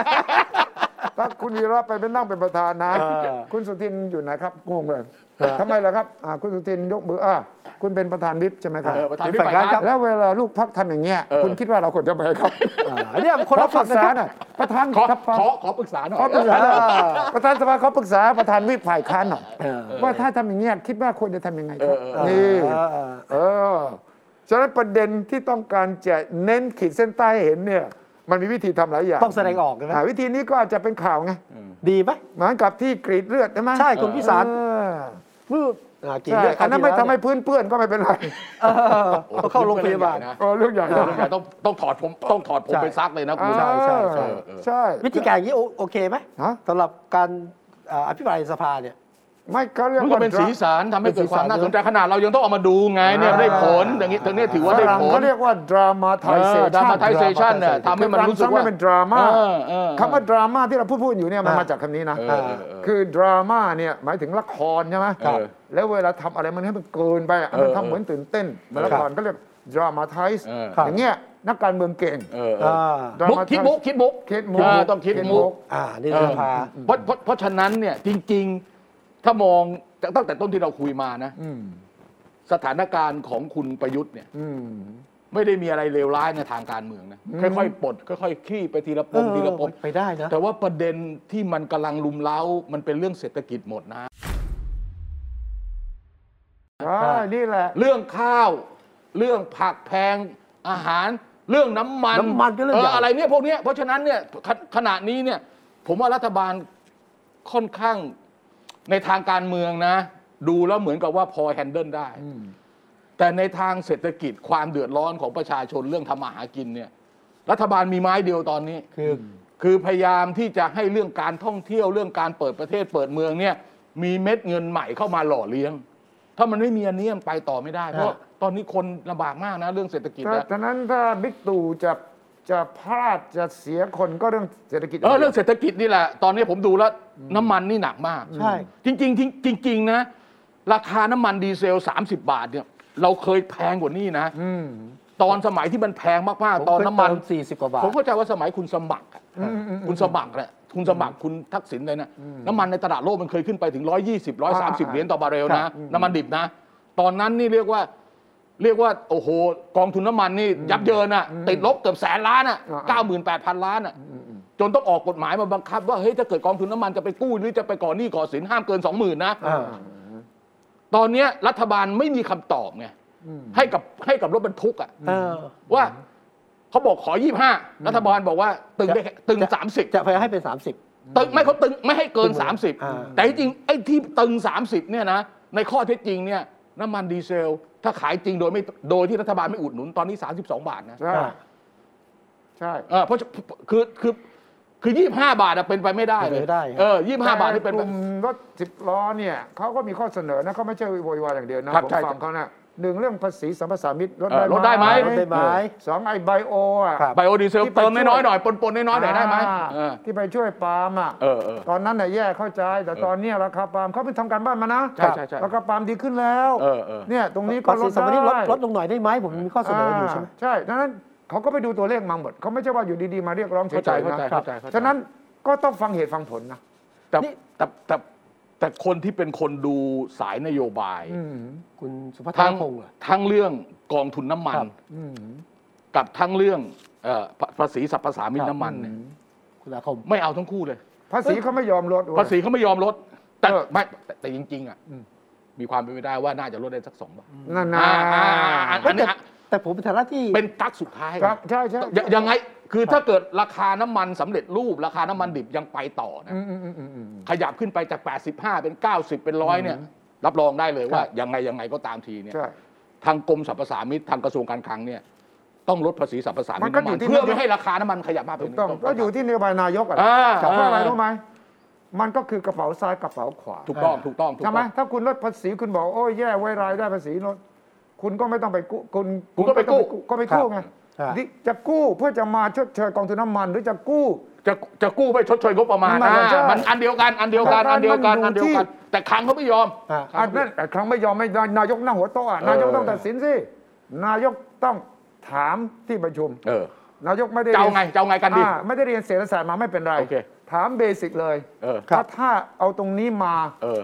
Speaker 3: ถ้าคุณวีระไปเป็นนั่งเป็นประธานนะ
Speaker 1: เออ
Speaker 3: คุณสุทินอยู่ไหนครับงงเลยทำไมล่ะครับอ่าคุณสุทินยกมืออ่าคุณเป็นประธานวิปใช่ไหมครับ
Speaker 2: เออประธานวิป
Speaker 1: ฝ่ายค้าน
Speaker 2: ฝ่ายค้าน
Speaker 3: แล้วเวลาลูกพักทำอย่างเงี้ย คุณคิดว่าเราควรจะไปครับ
Speaker 1: อ่าเนี่ยคนละ
Speaker 3: ขอป
Speaker 1: ฝั่
Speaker 3: รึ
Speaker 1: ง
Speaker 3: ก
Speaker 1: นะครับ
Speaker 3: ษาหน่อยประธาน
Speaker 2: ขอ
Speaker 3: สภา
Speaker 2: ขอขอปรึกษาหน่อย
Speaker 3: ขอปรึกษาหน่อยประธานสภาขอปรึกษาประธานวิปฝ่ายค้านหน่อย
Speaker 1: เออ
Speaker 3: ว่าถ้าทำอย่างเงี้ยคิดว่าควรจะทำยังไงครับ
Speaker 2: เออเออ
Speaker 3: นี่
Speaker 1: เออเออ
Speaker 3: เออ ฉะนั้นประเด็นที่ต้องการจะเน้นขีดเส้นใต้ให้เห็นเนี่ย มันมีวิธีทำหลายอย่าง
Speaker 1: ต้องแสดงออกนะ
Speaker 3: หาวิธีนี้ก็อาจจะเป็นข่าวไง
Speaker 1: ดีไหม
Speaker 3: เหมือนกับที่กรีดเลือดใช่ไหม
Speaker 1: ใช่คุณพิสาร
Speaker 3: เออ
Speaker 1: รืดอ่ากิน
Speaker 3: ใช่
Speaker 1: เลือด
Speaker 3: อันนั้นไม่ทำให้พื้นเปื้อนก็ไม่เป็นไร
Speaker 1: เออเข้าโรงพยาบาล
Speaker 2: นะ
Speaker 3: เออเรื่องใหญ่
Speaker 2: เรื่องใหญ่ต้องต้องถอดผมต้องถอดผม
Speaker 1: ใช่
Speaker 2: ไปซักเลยนะ
Speaker 3: เอ
Speaker 2: คุณ
Speaker 3: อ
Speaker 2: ผู้ชม
Speaker 1: ใช่ใช่
Speaker 3: ใช่
Speaker 1: วิธีการอย่างนี้โอโอเคไหม
Speaker 3: ฮะ
Speaker 1: สำหรับการอ่าอภิปรายในสภาเนี่ย
Speaker 3: ไม่เขาเรียก
Speaker 2: มันก็
Speaker 3: ว่า
Speaker 2: เป็นสีสันทำให้เกิดความน่าสนใจขนาดเรายังต้องเอามาดูไงเนี่ย
Speaker 3: อ่า
Speaker 2: ได้ผลอย่างนี้ทางนี้ถือว่า
Speaker 3: ฝ
Speaker 2: ได้
Speaker 3: รั่ง
Speaker 2: ผล
Speaker 3: เขาเรียกว่า dramatization
Speaker 2: ดรามาไทเซชันเนี่ยทำให้มันรู้สึกว่า
Speaker 3: ทำให้เป็นดราม่า
Speaker 2: เออเออ
Speaker 3: คำว่าดราม่าที่เราพูดพูดอยู่เนี่ยมัน
Speaker 1: อ่าม
Speaker 3: มาจากคำนี้นะ
Speaker 2: เออเออเออ
Speaker 3: คือดราม่าเนี่ยหมายถึงละครใช่ไหม
Speaker 2: ครับ
Speaker 3: แล้วเวลาทำอะไรมันให้มันเกินไปอ่ะ
Speaker 2: เออ
Speaker 3: มันทำเหมือนตื่นเต้นเหมือนละครก็เรียกดรามาไทส์
Speaker 2: เออ
Speaker 3: อย่างเงี้ยนักการเมืองเก่ง
Speaker 2: เออเออ
Speaker 3: ดรา
Speaker 2: มุก
Speaker 3: ม่า
Speaker 2: คิดมุกคิดมุก
Speaker 3: คิดมุก
Speaker 2: เออต้องคิด
Speaker 3: คิดมุ
Speaker 2: มุ
Speaker 3: ก
Speaker 2: ก
Speaker 1: อ่านี่
Speaker 2: เอ
Speaker 1: ส
Speaker 2: อ
Speaker 1: ภา
Speaker 2: เพราะเพราะเพราะฉะนั้นเนี่ยจริง ๆ ถ้ามองตั้งแต่ต้นที่เราคุยมานะ
Speaker 3: อืม
Speaker 2: สถานการณ์ของคุณประยุทธ์เนี่ย
Speaker 3: อืม
Speaker 2: ไม่ได้มีอะไรเลวร้ายในทางการเมืองนะ
Speaker 3: อืม
Speaker 2: ค่อยๆปลดค่อยๆคลี่ไปทีละปมทีละปม
Speaker 1: เออไปได้นะ
Speaker 2: แต่ว่าประเด็นที่มันกำลังลุมเล้ามันเป็นเรื่องเศรษฐกิจหมดนะ
Speaker 3: อ่านี่แหละ
Speaker 2: เรื่องข้าว เรื่องผักแพงอาหาร เรื่องน้ำมัน
Speaker 1: น้ำมันก็เรื่องใหญ่
Speaker 2: ออะไรเนี่ยพวกเนี้ยเพราะฉะนั้นเนี่ยขขณะนี้เนี่ย ผมว่ารัฐบาลค่อนข้างในทางการเมืองนะ ดูแล้วเหมือนกับว่าพอแฮนเดิลได้ แต่ในทางเศรษฐกิจความเดือดร้อนของประชาชนเรื่องทำมาหากินเนี่ย รัฐบาลมีไม้เดียวตอนนี้
Speaker 1: คือ
Speaker 2: คือพยายามที่จะให้เรื่องการท่องเที่ยวเรื่องการเปิดประเทศเปิดเมืองเนี่ย มีเม็ดเงินใหม่เข้ามาหล่อเลี้ยง ถ้ามันไม่มีอันนี้มันไปต่อไม่ได้ เพราะตอนนี้คนลำบากมากนะ เรื่องเศรษฐกิจ
Speaker 3: ถ้า
Speaker 2: นะ
Speaker 3: ฉะนั้นถ้าบิ๊กตู่จะจะพลาดจะเสียคนก็เรื่องเศรษฐกิจ
Speaker 2: เออเรื่องเศรษฐกิจนี่แหละ ตอนนี้ผมดูแล้วน้ำมันนี่หนักมาก
Speaker 1: ใช่
Speaker 2: จริงจริงจริงจริง ๆ นะ ราคาน้ำมันดีเซล 30 บาทเนี่ย เราเคยแพงกว่านี้นะ
Speaker 3: อืม
Speaker 2: ตอนสมัยที่มันแพงมากๆตอนน้ำมัน
Speaker 1: สี่สิบกว่าบาท
Speaker 2: ผมเข้าใจว่าสมัยคุณสมัครอะคุณสมัครแหละคุณสมัครคุณทักษิณเลยนะน้ำมันในตลาดโลกมันเคยขึ้นไปถึง 120 130 เหรียญต่อบาร์เรลนะน้ำมันดิบนะ ตอนนั้นนี่เรียกว่าเรียกว่าโอ้โหกองทุนน้ำมันนี่ยับเยินอ่ะติดลบเกือบแสนล้านอ่ะ98,000 ล้านอ่ะจนต้องออกกฎหมายมาบังคับ ว่าเฮ้ยถ้าเกิดกองทุนน้ำมันจะไปกู้หรือจะไปก่อหนี้ก่อสินห้ามเกิน 20,000นะ
Speaker 1: อ่า
Speaker 2: ตอนเนี้ยรัฐบาลไม่มีคำตอบไงให้กับให้กับรถบรรทุกอ่ะ
Speaker 1: เออ
Speaker 2: ว่าเขาบอกขอ 25 รัฐบาลบอกว่าตึงได้แค่ตึง
Speaker 1: จะ
Speaker 2: 30
Speaker 1: จะพยายามให้เป็น 30
Speaker 2: ตึงไม่เขาตึงไม่ให้เกิน
Speaker 1: ตึงเลยอ่า
Speaker 2: 30 แต่ที่จริงไอ้ที่ตึง 30เนี่ยนะในข้อเท็จจริงเนี่ยน้ำมันดีเซล ถ้าขายจริงโดยไม่โดยที่รัฐบาลไม่อุดหนุนตอนนี้ 32 บาทนะ
Speaker 3: ใช่ใช่
Speaker 2: เออเพราะคือคือคือ25 บาทอะเป็นไปไม่ได้เล
Speaker 1: เป็นไป
Speaker 2: ย
Speaker 1: ไม่ได้
Speaker 2: เออ25 บาทนี่เป็น
Speaker 3: ก
Speaker 2: ไป
Speaker 3: ลุ่มรถสิบล้อเนี่ยเขาก็มีข้อเสนอนะเขาไม่ใช่โวยวายอย่างเดียวนะครับ ผม
Speaker 2: ใช่
Speaker 3: ฟังเขานะหนึ่งเรื่องภาษีสัมภาษามิตรลด
Speaker 2: เออลดได้
Speaker 3: ได้
Speaker 2: ไหม
Speaker 1: ลดได้ไหม
Speaker 3: สองไอไบโออ่ะ
Speaker 1: ครับ
Speaker 2: ไบโอดีเซล
Speaker 3: ที่ไป
Speaker 2: เติมน้อย
Speaker 3: ช่ว
Speaker 2: ๆ
Speaker 3: ย
Speaker 2: หน่อยปนๆน้อยๆหน่อยได้ไหมเออ
Speaker 3: ที่ไปช่วยปาล์มอ่ะ
Speaker 2: เออเออ
Speaker 3: ตอนนั้นน่ะแย่เข้าใจแต่ตอนเนี้ยราคาปาล์มเขาไปทำการบ้านมานะ
Speaker 2: ใช่ใช่ใช่
Speaker 3: ราคาปาล์มดีขึ้นแล้ว
Speaker 2: เออเออ
Speaker 3: เนี่ยตรงนี้ก็
Speaker 1: ภา
Speaker 3: ล
Speaker 1: ษี
Speaker 3: ด
Speaker 1: สมมติลด
Speaker 3: ได้
Speaker 1: ลดลงหน่อยได้ไหมผมมีข้อเสนออยู่ใช่ไหม
Speaker 3: าใช่ดังนั้นเขาก็ไปดูตัวเลขมาหมดเขาไม่ใช่ว่าอยู่ดีๆมาเรียกร้องเฉย
Speaker 2: เข้าใจ
Speaker 3: ๆนะ
Speaker 2: เข้าใจเข้าใจเข้าใจ
Speaker 3: ฉะนั้นก็ต้องฟังเหตุฟังผลนะ
Speaker 2: แต่
Speaker 1: นี่
Speaker 2: แต่แต่แต่คนที่เป็นคนดูสายนโยบาย
Speaker 1: คุณสุพัฒ
Speaker 2: ทั้ง
Speaker 1: นพงษ์เหรอ
Speaker 2: ทั้งเรื่องกองทุนน้ำมัน
Speaker 1: ครับ
Speaker 2: กับทั้งเรื่องเอ่อภาภาษีสรรพสามิต
Speaker 1: ครั
Speaker 2: ร
Speaker 1: บ
Speaker 2: น้ำมันเนี่ย
Speaker 1: คุณอาคม
Speaker 2: ไม่เอาทั้งคู่เลย
Speaker 3: ภาษีเขาไม่ยอมลดเว้ย
Speaker 2: ภาษีเขาไม่ยอมลด แต่
Speaker 3: เออ
Speaker 2: ไม่แต่แต่จริง ๆ อ่ะมีความเป็นไปได้ว่าน่าจะลดได้สักสองบาท
Speaker 3: นั่นนะ
Speaker 2: อ่าอ่าอันนี้
Speaker 1: แต่แต่ผมในฐานะที่
Speaker 2: เป็นตักสุดท้าย
Speaker 3: ครับใช่ใช่
Speaker 2: ยังยังไงคือถ้าเกิดราคาน้ำมันสำเร็จรูป ราคาน้ำมันดิบยังไปต่อนะขยับขึ้นไปจาก 85 เป็น 90 เป็นร้อยเนี่ย รับรองได้เลยว่ายังไงยังไงก็ตามทีเนี่ย
Speaker 3: ใช่
Speaker 2: ทางกรมสรรพสามิตทางกระทรวงการคลังเนี่ย ต้องลดภาษีสรรพสามิ
Speaker 3: มั
Speaker 2: ต
Speaker 3: นก็
Speaker 2: น้ำ
Speaker 3: อยู่
Speaker 2: มัน
Speaker 3: ที่
Speaker 2: เพื่อไม่ให้ราคาน้ำมันขยับมากไป
Speaker 3: ถูกต้องก็
Speaker 2: ว่า
Speaker 3: อยู่ที่นโยบายนายกอะ
Speaker 2: อ่า
Speaker 3: แต่เพราะอะไร
Speaker 2: อ่า
Speaker 3: รู้ไหม มันก็คือกระเป๋าซ้ายกระเป๋าขวา
Speaker 2: ถูกต้องถูกต้องถูก
Speaker 3: ใช่ไหม
Speaker 2: ต้อง
Speaker 3: ถ้าคุณลดภาษีคุณบอกโอ้ยแย่ไว้ยรายได้ภาษีลดคุณก็ไม่ต้องไปกู้คุณ
Speaker 2: คุณก็ไปกู้
Speaker 3: ก็ไปกู้ไง
Speaker 1: ครับ
Speaker 3: นี่จะกู้เพื่อจะมาชดเชยกองทุนน้ำมัน หรือจะกู้
Speaker 2: จะจะกู้ไปชดเชยงบประมาณ
Speaker 3: มันมา
Speaker 2: อ่า
Speaker 3: ใช่
Speaker 2: มันอันเดียวกันอันเดียวกัน
Speaker 3: แต่
Speaker 2: อันเดียวกัน
Speaker 3: มั
Speaker 2: อั
Speaker 3: น
Speaker 2: น
Speaker 3: อยู่
Speaker 2: เดียวกัน
Speaker 3: ที่
Speaker 2: แต่คลังเขาไม่ยอมคลั
Speaker 3: อั
Speaker 2: ง
Speaker 3: น
Speaker 2: เขาไม่ยอม
Speaker 3: นั้นครั้งไม่ยอมไม่ได้นายกนั่งหัวโต๊ะอะนายกต้องตัดสินสินายกต้องถามที่ประชุม
Speaker 2: เออ
Speaker 3: นายกไม่ได้
Speaker 2: จะเอา
Speaker 3: รีย
Speaker 2: ไงจะเอาไงกันดี
Speaker 3: อ่าไม่ได้เรียนเศรษฐศาสตร์มาไม่เป็นไร
Speaker 2: โอเค
Speaker 3: ถามเบสิกเลย
Speaker 2: เออ
Speaker 3: ถ้าถ้าเอาตรงนี้มา
Speaker 2: เออ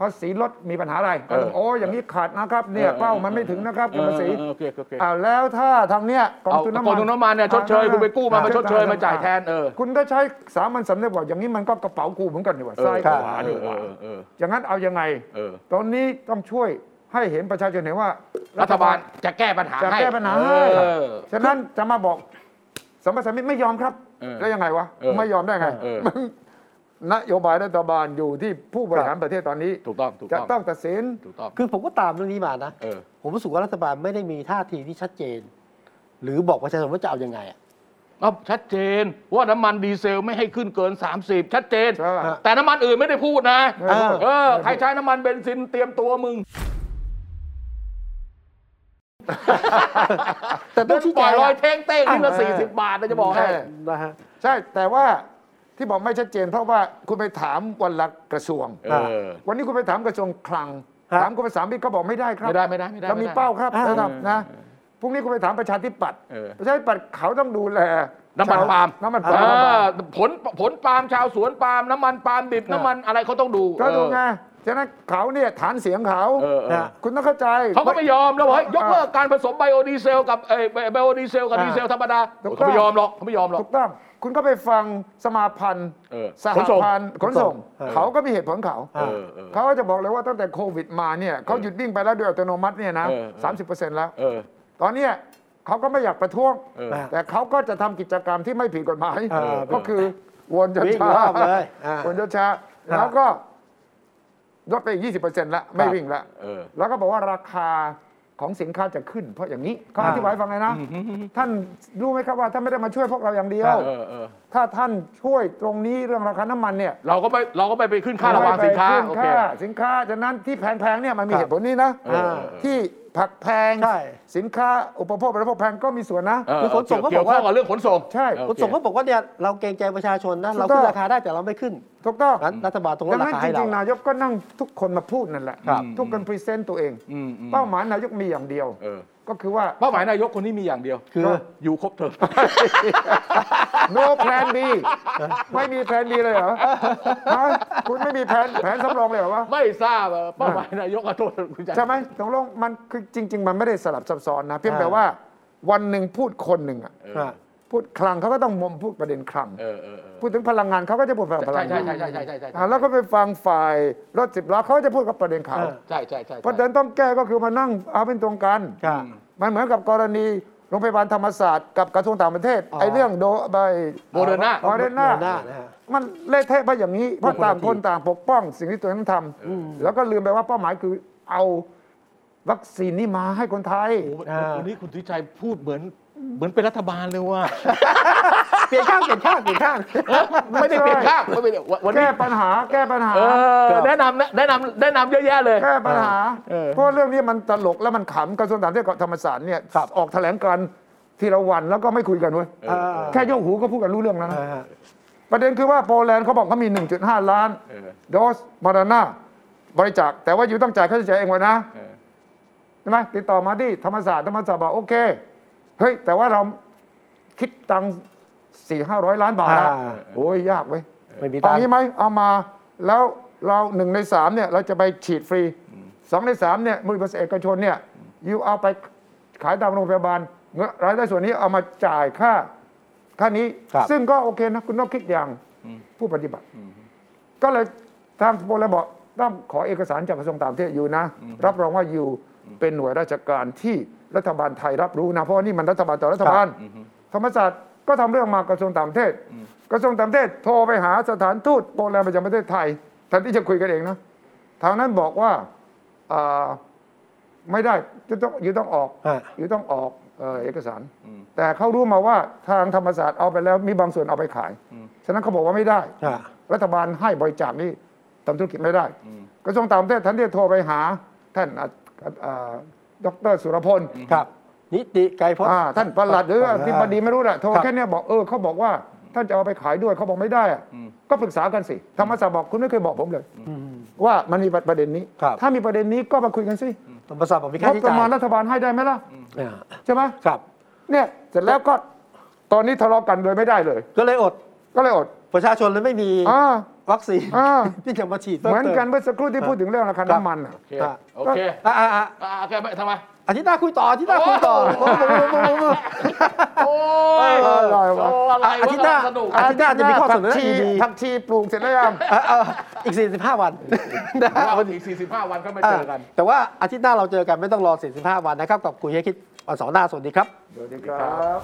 Speaker 3: ภาษีลดมีปัญหาอะไรก็ต้อง
Speaker 2: เออ
Speaker 3: โอ้อย่างนี้ขาดนะครับเนี่ยเป้ามันไม่ถึงนะครับคุณภาษี
Speaker 2: เออเออโอเคโอเค
Speaker 3: อ่าแล้วถ้าทางเนี้ยกอง
Speaker 2: เอา
Speaker 3: ทุนน้ำมัน
Speaker 2: กองทุนน้ำมันเนี่ยชดเชย
Speaker 3: อ่ะ
Speaker 2: คุณไปกู้มามาชดเชยมาจ่ายแทนเออ
Speaker 3: คุณก็ใช้สามัญสำนึกว่าอย่างนี้มันก็กระเป๋ากูเหมือนกันดีกว่า
Speaker 2: เออ
Speaker 3: ซ้ายข
Speaker 2: เอ
Speaker 3: วา
Speaker 2: อ
Speaker 3: ดี
Speaker 2: เอก
Speaker 3: ว่า
Speaker 2: อเออ
Speaker 3: อย่างนั้นเอายังไง
Speaker 2: เออ
Speaker 3: ตอนนี้ต้องช่วย ให้เห็นประชาชนเห็นว่า
Speaker 2: รัฐบาลจะแก้ปัญหา
Speaker 3: จะ
Speaker 2: ให้
Speaker 3: แก้ปัญหา
Speaker 2: เอ
Speaker 3: ให้
Speaker 2: อ
Speaker 3: ฉะนั้นจะมาบอกสมรสามิตไม่ยอมครับ
Speaker 2: เออ
Speaker 3: แล้วยังไงวะ
Speaker 2: เออ
Speaker 3: ไม่ยอมได้ไง
Speaker 2: เออ
Speaker 3: มันนโยบายรัฐบาลอยู่ที่ผู้บริหารประเทศตอนนี้
Speaker 2: ถูกต้องถูกต้
Speaker 3: จะ
Speaker 2: อง
Speaker 3: ต้องตัดสิน
Speaker 2: ถูกต้อง
Speaker 1: คือผมก็ตามเรื่องนี้มานะ
Speaker 2: เออ
Speaker 1: ผมรู้สึกว่ารัฐบาลไม่ได้มีท่าทีที่ชัดเจน หรือบอกประชาชนว่าจะเอายังไงอะ
Speaker 2: เอาชัดเจนว่าน้ำมันดีเซลไม่ให้ขึ้นเกิน 30 ชัดเจน
Speaker 3: ใช่
Speaker 2: แต่น้ำมันอื่นไม่ได้พูดนะ
Speaker 3: ไม่
Speaker 1: เอ
Speaker 3: รู้
Speaker 1: อ
Speaker 2: เออ ใครใช้น้ำมันเบนซินเตรียมตัวมึง
Speaker 1: แต่ต้องชี้
Speaker 2: ป
Speaker 1: แจ
Speaker 2: ล่อย
Speaker 1: ง
Speaker 2: ลอย
Speaker 1: อะ
Speaker 2: เท่งเต้งนี่ละ
Speaker 3: อ่ะ
Speaker 2: สี่สิบบาทนะจะบอกให้
Speaker 1: นะฮะ
Speaker 3: ใช่ แต่ว่าที่บอกไม่ชัดเจน เพราะว่าคุณไปถามวันละกระทรวง
Speaker 2: เออ
Speaker 3: วันนี้คุณไปถามกระทรวงคลัง
Speaker 1: ฮะ
Speaker 3: ถามคุณไปสามปีก็บอกไม่ได้ครับ
Speaker 2: ไม่ได้ไม่ได้ไม่ได้
Speaker 3: เรามี
Speaker 2: ไม่ได้
Speaker 3: เป้าครับ
Speaker 1: อ่า
Speaker 3: ระดับนะพรุ่งนี้คุณไปถามประชาธิปัตย์
Speaker 2: เออ
Speaker 3: ประชาธิปัตย์เขาต้องดูแล
Speaker 2: น้ำมันปาล์ม
Speaker 3: น้ำมัน
Speaker 2: เอ
Speaker 3: ปาล์ม
Speaker 2: อผลผลปาล์มชาวสวนปาล์มน้ำมันปาล์มดิบน้ำมันอะไรเขาต้องดู
Speaker 3: ก็ดูไง
Speaker 2: เออ
Speaker 3: ฉะนั้นเขาเนี่ยฐานเสียงเขา
Speaker 2: เออเออ
Speaker 3: คุณต้องเข้าใจ
Speaker 2: เขาก็ไม่ยอมแล้วบอกเฮ้ยยกเลิกการผสมไบโอดีเซลกับไอไบโอดีเซลกับ
Speaker 1: อ่า
Speaker 2: ดีเซลธรรมดา
Speaker 3: ถูกต้อง
Speaker 2: เขาไม่ยอมหรอกเขาไม่ยอมหรอก
Speaker 3: ถูกต้อง คุณก็ไปฟังสมาพันธ์
Speaker 2: เออ
Speaker 3: สหพันธ์ขนส่ง เขาก็มีเหตุผลเขา
Speaker 2: เออเออ
Speaker 3: เขาก็จะบอกเลยว่าตั้งแต่โควิดมาเนี่ยเขาหยุดวิ่งไปแล้วด้วยอัตโนมัติเนี่ยนะ
Speaker 2: เออเออ
Speaker 3: สามสิบเปอร์เซ็นต์แล้ว
Speaker 2: เออ
Speaker 3: ตอนเนี้ยเขาก็ไม่อยากประท้วง
Speaker 2: เออ
Speaker 3: แต่เขาก็จะทำกิจกรรมที่ไม่ผิดกฎหมาย
Speaker 1: เออ
Speaker 3: ก็คือวน
Speaker 1: วิ่ง
Speaker 3: ช้าร
Speaker 1: อบเลยอ่า
Speaker 3: วนช้าๆแล้วก็ลดไปอีกยี่สิบเปอร์เซ็นต์ละไม่วิ่งละ
Speaker 2: เออ
Speaker 3: แล้วก็บอกว่าราคาของสินค้าจะขึ้น เพราะอย่างนี้เขาอธิบายให้ฟังเลยนะ ท่านรู้ไหมครับว่าท่านไม่ได้มาช่วยพวกเราอย่างเดียว
Speaker 2: เออเออ
Speaker 3: ถ้าท่านช่วยตรงนี้เรื่องราคาน้ำมันเนี่ย
Speaker 2: เราก็ไม่เราก็ไม่ไปขึ้นค่าระวางสินค้า
Speaker 3: ไม่ไป
Speaker 2: โอ
Speaker 3: ขึ้
Speaker 2: เค
Speaker 3: ค่าสินค้าฉะนั้นที่แพงๆเนี่ยมันมี
Speaker 1: ครับ
Speaker 3: เหตุผลนี้นะ
Speaker 2: เออ
Speaker 3: ที่ผักแพง
Speaker 1: ใช่
Speaker 3: สินค้าอุปโภคบริโภคแพงก็มีส่วนนะ
Speaker 2: เออ
Speaker 1: คือขนส่งก็
Speaker 2: เกี่ย
Speaker 1: บ
Speaker 2: ว
Speaker 1: อกว่า
Speaker 2: ข้องกับเรื่องขนส่ง
Speaker 3: ใช่
Speaker 2: เออ
Speaker 1: คุณส่งก็บอกว่าเนี่ยเราเกรงใจประชาชนนะเราขึ้นราคาได้แต่เราไม่ขึ้น
Speaker 3: ถูกต้อง
Speaker 1: งั้นรัฐบาลตรงล
Speaker 3: ดั
Speaker 1: ด
Speaker 3: ง
Speaker 1: รา
Speaker 3: นั้น
Speaker 1: คา
Speaker 3: จ
Speaker 1: ให้เรา
Speaker 3: ริงๆนายกก็นั่งทุกคนมาพูดนั่นแหละ
Speaker 1: ครับ
Speaker 3: ทุกคนพรีเซนต์ตัวเอง
Speaker 2: อืมอืม
Speaker 3: เป้าหมายนายกมีอย่างเดียว
Speaker 2: เออ
Speaker 3: ก็คือว่า
Speaker 2: เป้าหมายนายกคนนี้มีอย่างเดียว
Speaker 1: คือ
Speaker 2: ก็อยู่ครบเทอม
Speaker 3: no plan B ไม่มีแผน B เลยเหรอฮะคุณไม่มีแผนแผนสำรองเลยเหรอวะ
Speaker 2: ไม่ทราบอะเป้าหมายนายกขอโทษคุณจัน
Speaker 3: ใช่ไหมตรงลงมันคือจริง ๆ มันไม่ได้สลับซับซ้อนนะ เพียงแต่ว่าวันหนึ่งพูดคนหนึ่งอะ
Speaker 1: ฮะ
Speaker 3: พูดคลังเขาก็ต้องมมพูดประเด็นคลัง
Speaker 2: เออเออเออ
Speaker 3: พูดถึงพลังงานเขาก็จะพูดพลังงา
Speaker 2: ใช่
Speaker 3: น
Speaker 2: ใช่ใช่ใช่ใช่ใช่ใช่
Speaker 3: อ่าแล้วก็ไปฟังฝ่ายรถสิบล้อเขาก็จะพูดกับประเด็นเขา
Speaker 1: เออ
Speaker 2: ใช่ใช่ใช่
Speaker 3: ประเด็นต้องแก้ก็คือมานั่งเอาเป็นตรงกัน
Speaker 1: ค่ะ
Speaker 3: มันเหมือนกับกรณีโรงพยาบาลธรรมศาสตร์กับกระทรวงต่างประเทศ
Speaker 1: อ๋อ
Speaker 3: ไอ้เรื่องโดใบ
Speaker 2: โมเดอร์นา
Speaker 3: โมเดอร์นา
Speaker 1: หน้านะฮะ
Speaker 3: มันเละเทะไปอย่างนี้เพราะต่างคนต่างปกป้องสิ่งที่ตัวเองต้องทำแล้วก็ลืมไปว่าเป้าหมายคือเอาวัคซีนนี่มาให้คนไทย
Speaker 2: โอ้โหวันนี้คุณทิชัยพูดเหมือนเหมือนเป็นรัฐบาลเลยว่ะ
Speaker 1: เปลี่ยนข้างเปลี่ยนข้างเปลี่ยนข้าง
Speaker 2: ไม่ได้เปลี่ยนข้างไม่ได้วันนี้
Speaker 3: แก้ปัญหาแก้ปัญหา
Speaker 2: เออแนะนำนะแนะนำแนะนำเยอะแยะเลย
Speaker 3: แก้ปัญหา
Speaker 2: เออ
Speaker 3: เพราะเรื่องนี้มันตลกแล้วมันขำกระทรวงต่างประเทศกับธรรมศาสตร์เนี่ยออกแถลงการณ์ทีละวันแล้วก็ไม่คุยกันเว้ย
Speaker 1: เออเออ
Speaker 3: แค่ยกหูก็พูดกันรู้เรื่องแล้วนะ
Speaker 1: อ่าฮะ
Speaker 3: ประเด็นคือว่าโปแลนด์เขาบอกเขามี 1.5 ล้าน
Speaker 2: เออ
Speaker 3: โดสมารานาบริจาค แต่ว่าอยู่ต้องจ่ายค่าใช้จ่ายเองวะนะ
Speaker 2: เออ
Speaker 3: ใช่ไหมติดต่อมาที่ธรรมศาสตร์ธรรมศาสตร์บอกโอเค เฮ้ย แต่ว่าเราคิดตังสี่ห้าร้อยล้านบาทนะ
Speaker 1: อ่า
Speaker 3: โอ้ย ยากเว้ย
Speaker 1: ไม่มี
Speaker 3: ตอ
Speaker 1: ตั
Speaker 3: น
Speaker 1: ง
Speaker 3: นี้
Speaker 1: ค์
Speaker 3: ไหมเอามาแล้วเราหนึ่งในสามเนี่ยเราจะไปฉีดฟรีสองในสามเนี่ยบริษัทเอกชนเนี่ยอยู่เอาไปขายตามโรงพยาบาลเงินรายได้ส่วนนี้เอามาจ่ายค่า ค่านี้
Speaker 1: ครับ
Speaker 3: ซึ่งก็โอเคนะ คุณต้องคิดอย่างผู้ปฏิบัติ ก็เลยทางโปรแลนด์บอกต้องขอเอกสารจากกระทรวงต่างประเทศอยู่นะ รับรองว่าอยู่เป็นหน่วยราชการที่รัฐบาลไทยรับรู้นะ เพราะว่านี่มันรัฐบาลต่อรัฐบาล ธรรมศาสตร์ก็ทำเรื่องมากระทรวงต่างประเทศ กระทรวงต่างประเทศโทรไปหาสถานทูตโปรแลนด์ประจำประเทศไทยแทนที่จะคุยกันเองนะ ทางนั้นบอกว่าอ่าไม่ได้จะต้องอยู่ต้องออก
Speaker 1: ฮะ
Speaker 3: อยู่ต้องออกเอ่อเอกสาร แต่เขารู้มาว่าทางธรรมศาสตร์เอาไปแล้วมีบางส่วนเอาไปขาย ฉะนั้นเขาบอกว่าไม่ได้
Speaker 1: ฮะ
Speaker 3: รัฐบาลให้บริจาคนี่ทำธุรกิจไม่ได้ กระทรวงต่างประเทศท่านที่โทรไปหา ท่านอ่ะอ่าดรสุรพล
Speaker 1: ครับ นิติไกรพจน์
Speaker 3: อ่าท่านประหลัดหรืออธิบดีไม่รู้แหละโทร
Speaker 1: ครับ
Speaker 3: แค่เนี้ยบอกเออเขาบอกว่าท่านจะเอาไปขายด้วยเขาบอกไม่ได้อะก็ปรึกษากันสิธรรมศาสตร์บอกคุณไม่เคยบอกผมเลย
Speaker 1: อืม
Speaker 3: ว่ามันมีประเด็นนี้
Speaker 1: ครับ
Speaker 3: ถ้ามีประเด็นนี้ก็มาคุยกันสิ
Speaker 1: ธรรมศาสตร์บอกมี
Speaker 3: ง
Speaker 1: ค่า
Speaker 3: บ
Speaker 1: ใช้
Speaker 3: ประ
Speaker 1: จ่าย
Speaker 3: มาณรัฐบาลให้ได้ไหมล่ะ
Speaker 1: อ่า
Speaker 3: ใช่ไหม
Speaker 1: ครับ
Speaker 3: เนี่ยเสร็จแล้วก็ตอนนี้ทะเลาะกันเลยไม่ได้เลย
Speaker 1: ก็เลยอด
Speaker 3: ก็เลยอด
Speaker 1: ประชาชนเลยไม่มี
Speaker 3: อ่า
Speaker 1: วัคซีน
Speaker 3: อ่า
Speaker 1: ที่จะมาฉีด
Speaker 3: เหมือนกันเมื่อสักครู่ที่พูดถึงเรื่องราคาน้ำมันอ่ะ
Speaker 2: โอเคโอเค
Speaker 1: อ่า
Speaker 2: อ่าแกไปทำไม
Speaker 1: อาทิตย์หน้าคุยต่ออาทิตย์หน้าคุยต่อ
Speaker 2: โอ้โห โอ้ย
Speaker 3: เอออร่อยวะ
Speaker 2: อะไร
Speaker 1: อาทิตย์หน้าว
Speaker 2: ะสนุก
Speaker 1: อาทิตย์หน้าจะมีข้อเสนอ
Speaker 3: ผักชี
Speaker 1: ดี
Speaker 3: ผักชีปลูกเสร็จแล้วยัง
Speaker 1: ๆเออเอออีก 45 วันนะ
Speaker 2: ว่าวันอีก 45 วันก็มาเจอกัน
Speaker 1: แต่ว่าอาทิตย์หน้าเราเจอกันไม่ต้องรอ 45 วันนะครับกับคุยให้คิดวันเสาร์หน้าสวัสดีครับ
Speaker 3: สวัสดีครับ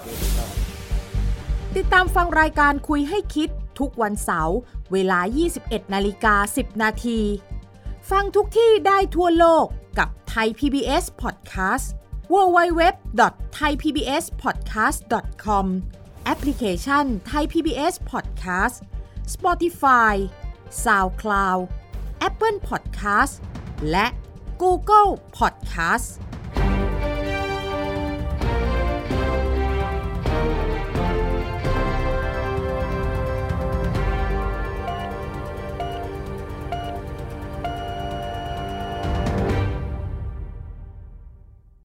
Speaker 7: ติดตามฟังรายการคุยให้คิดทุกวันเสาร์เวลา 21นาฬิกา10 นาที ฟังทุกที่ได้ทั่วโลกกับ ไทย PBS Podcast www.thaipbspodcast.com แอปพลิเคชัน ไทย PBS Podcast Spotify SoundCloud Apple Podcast และ Google Podcast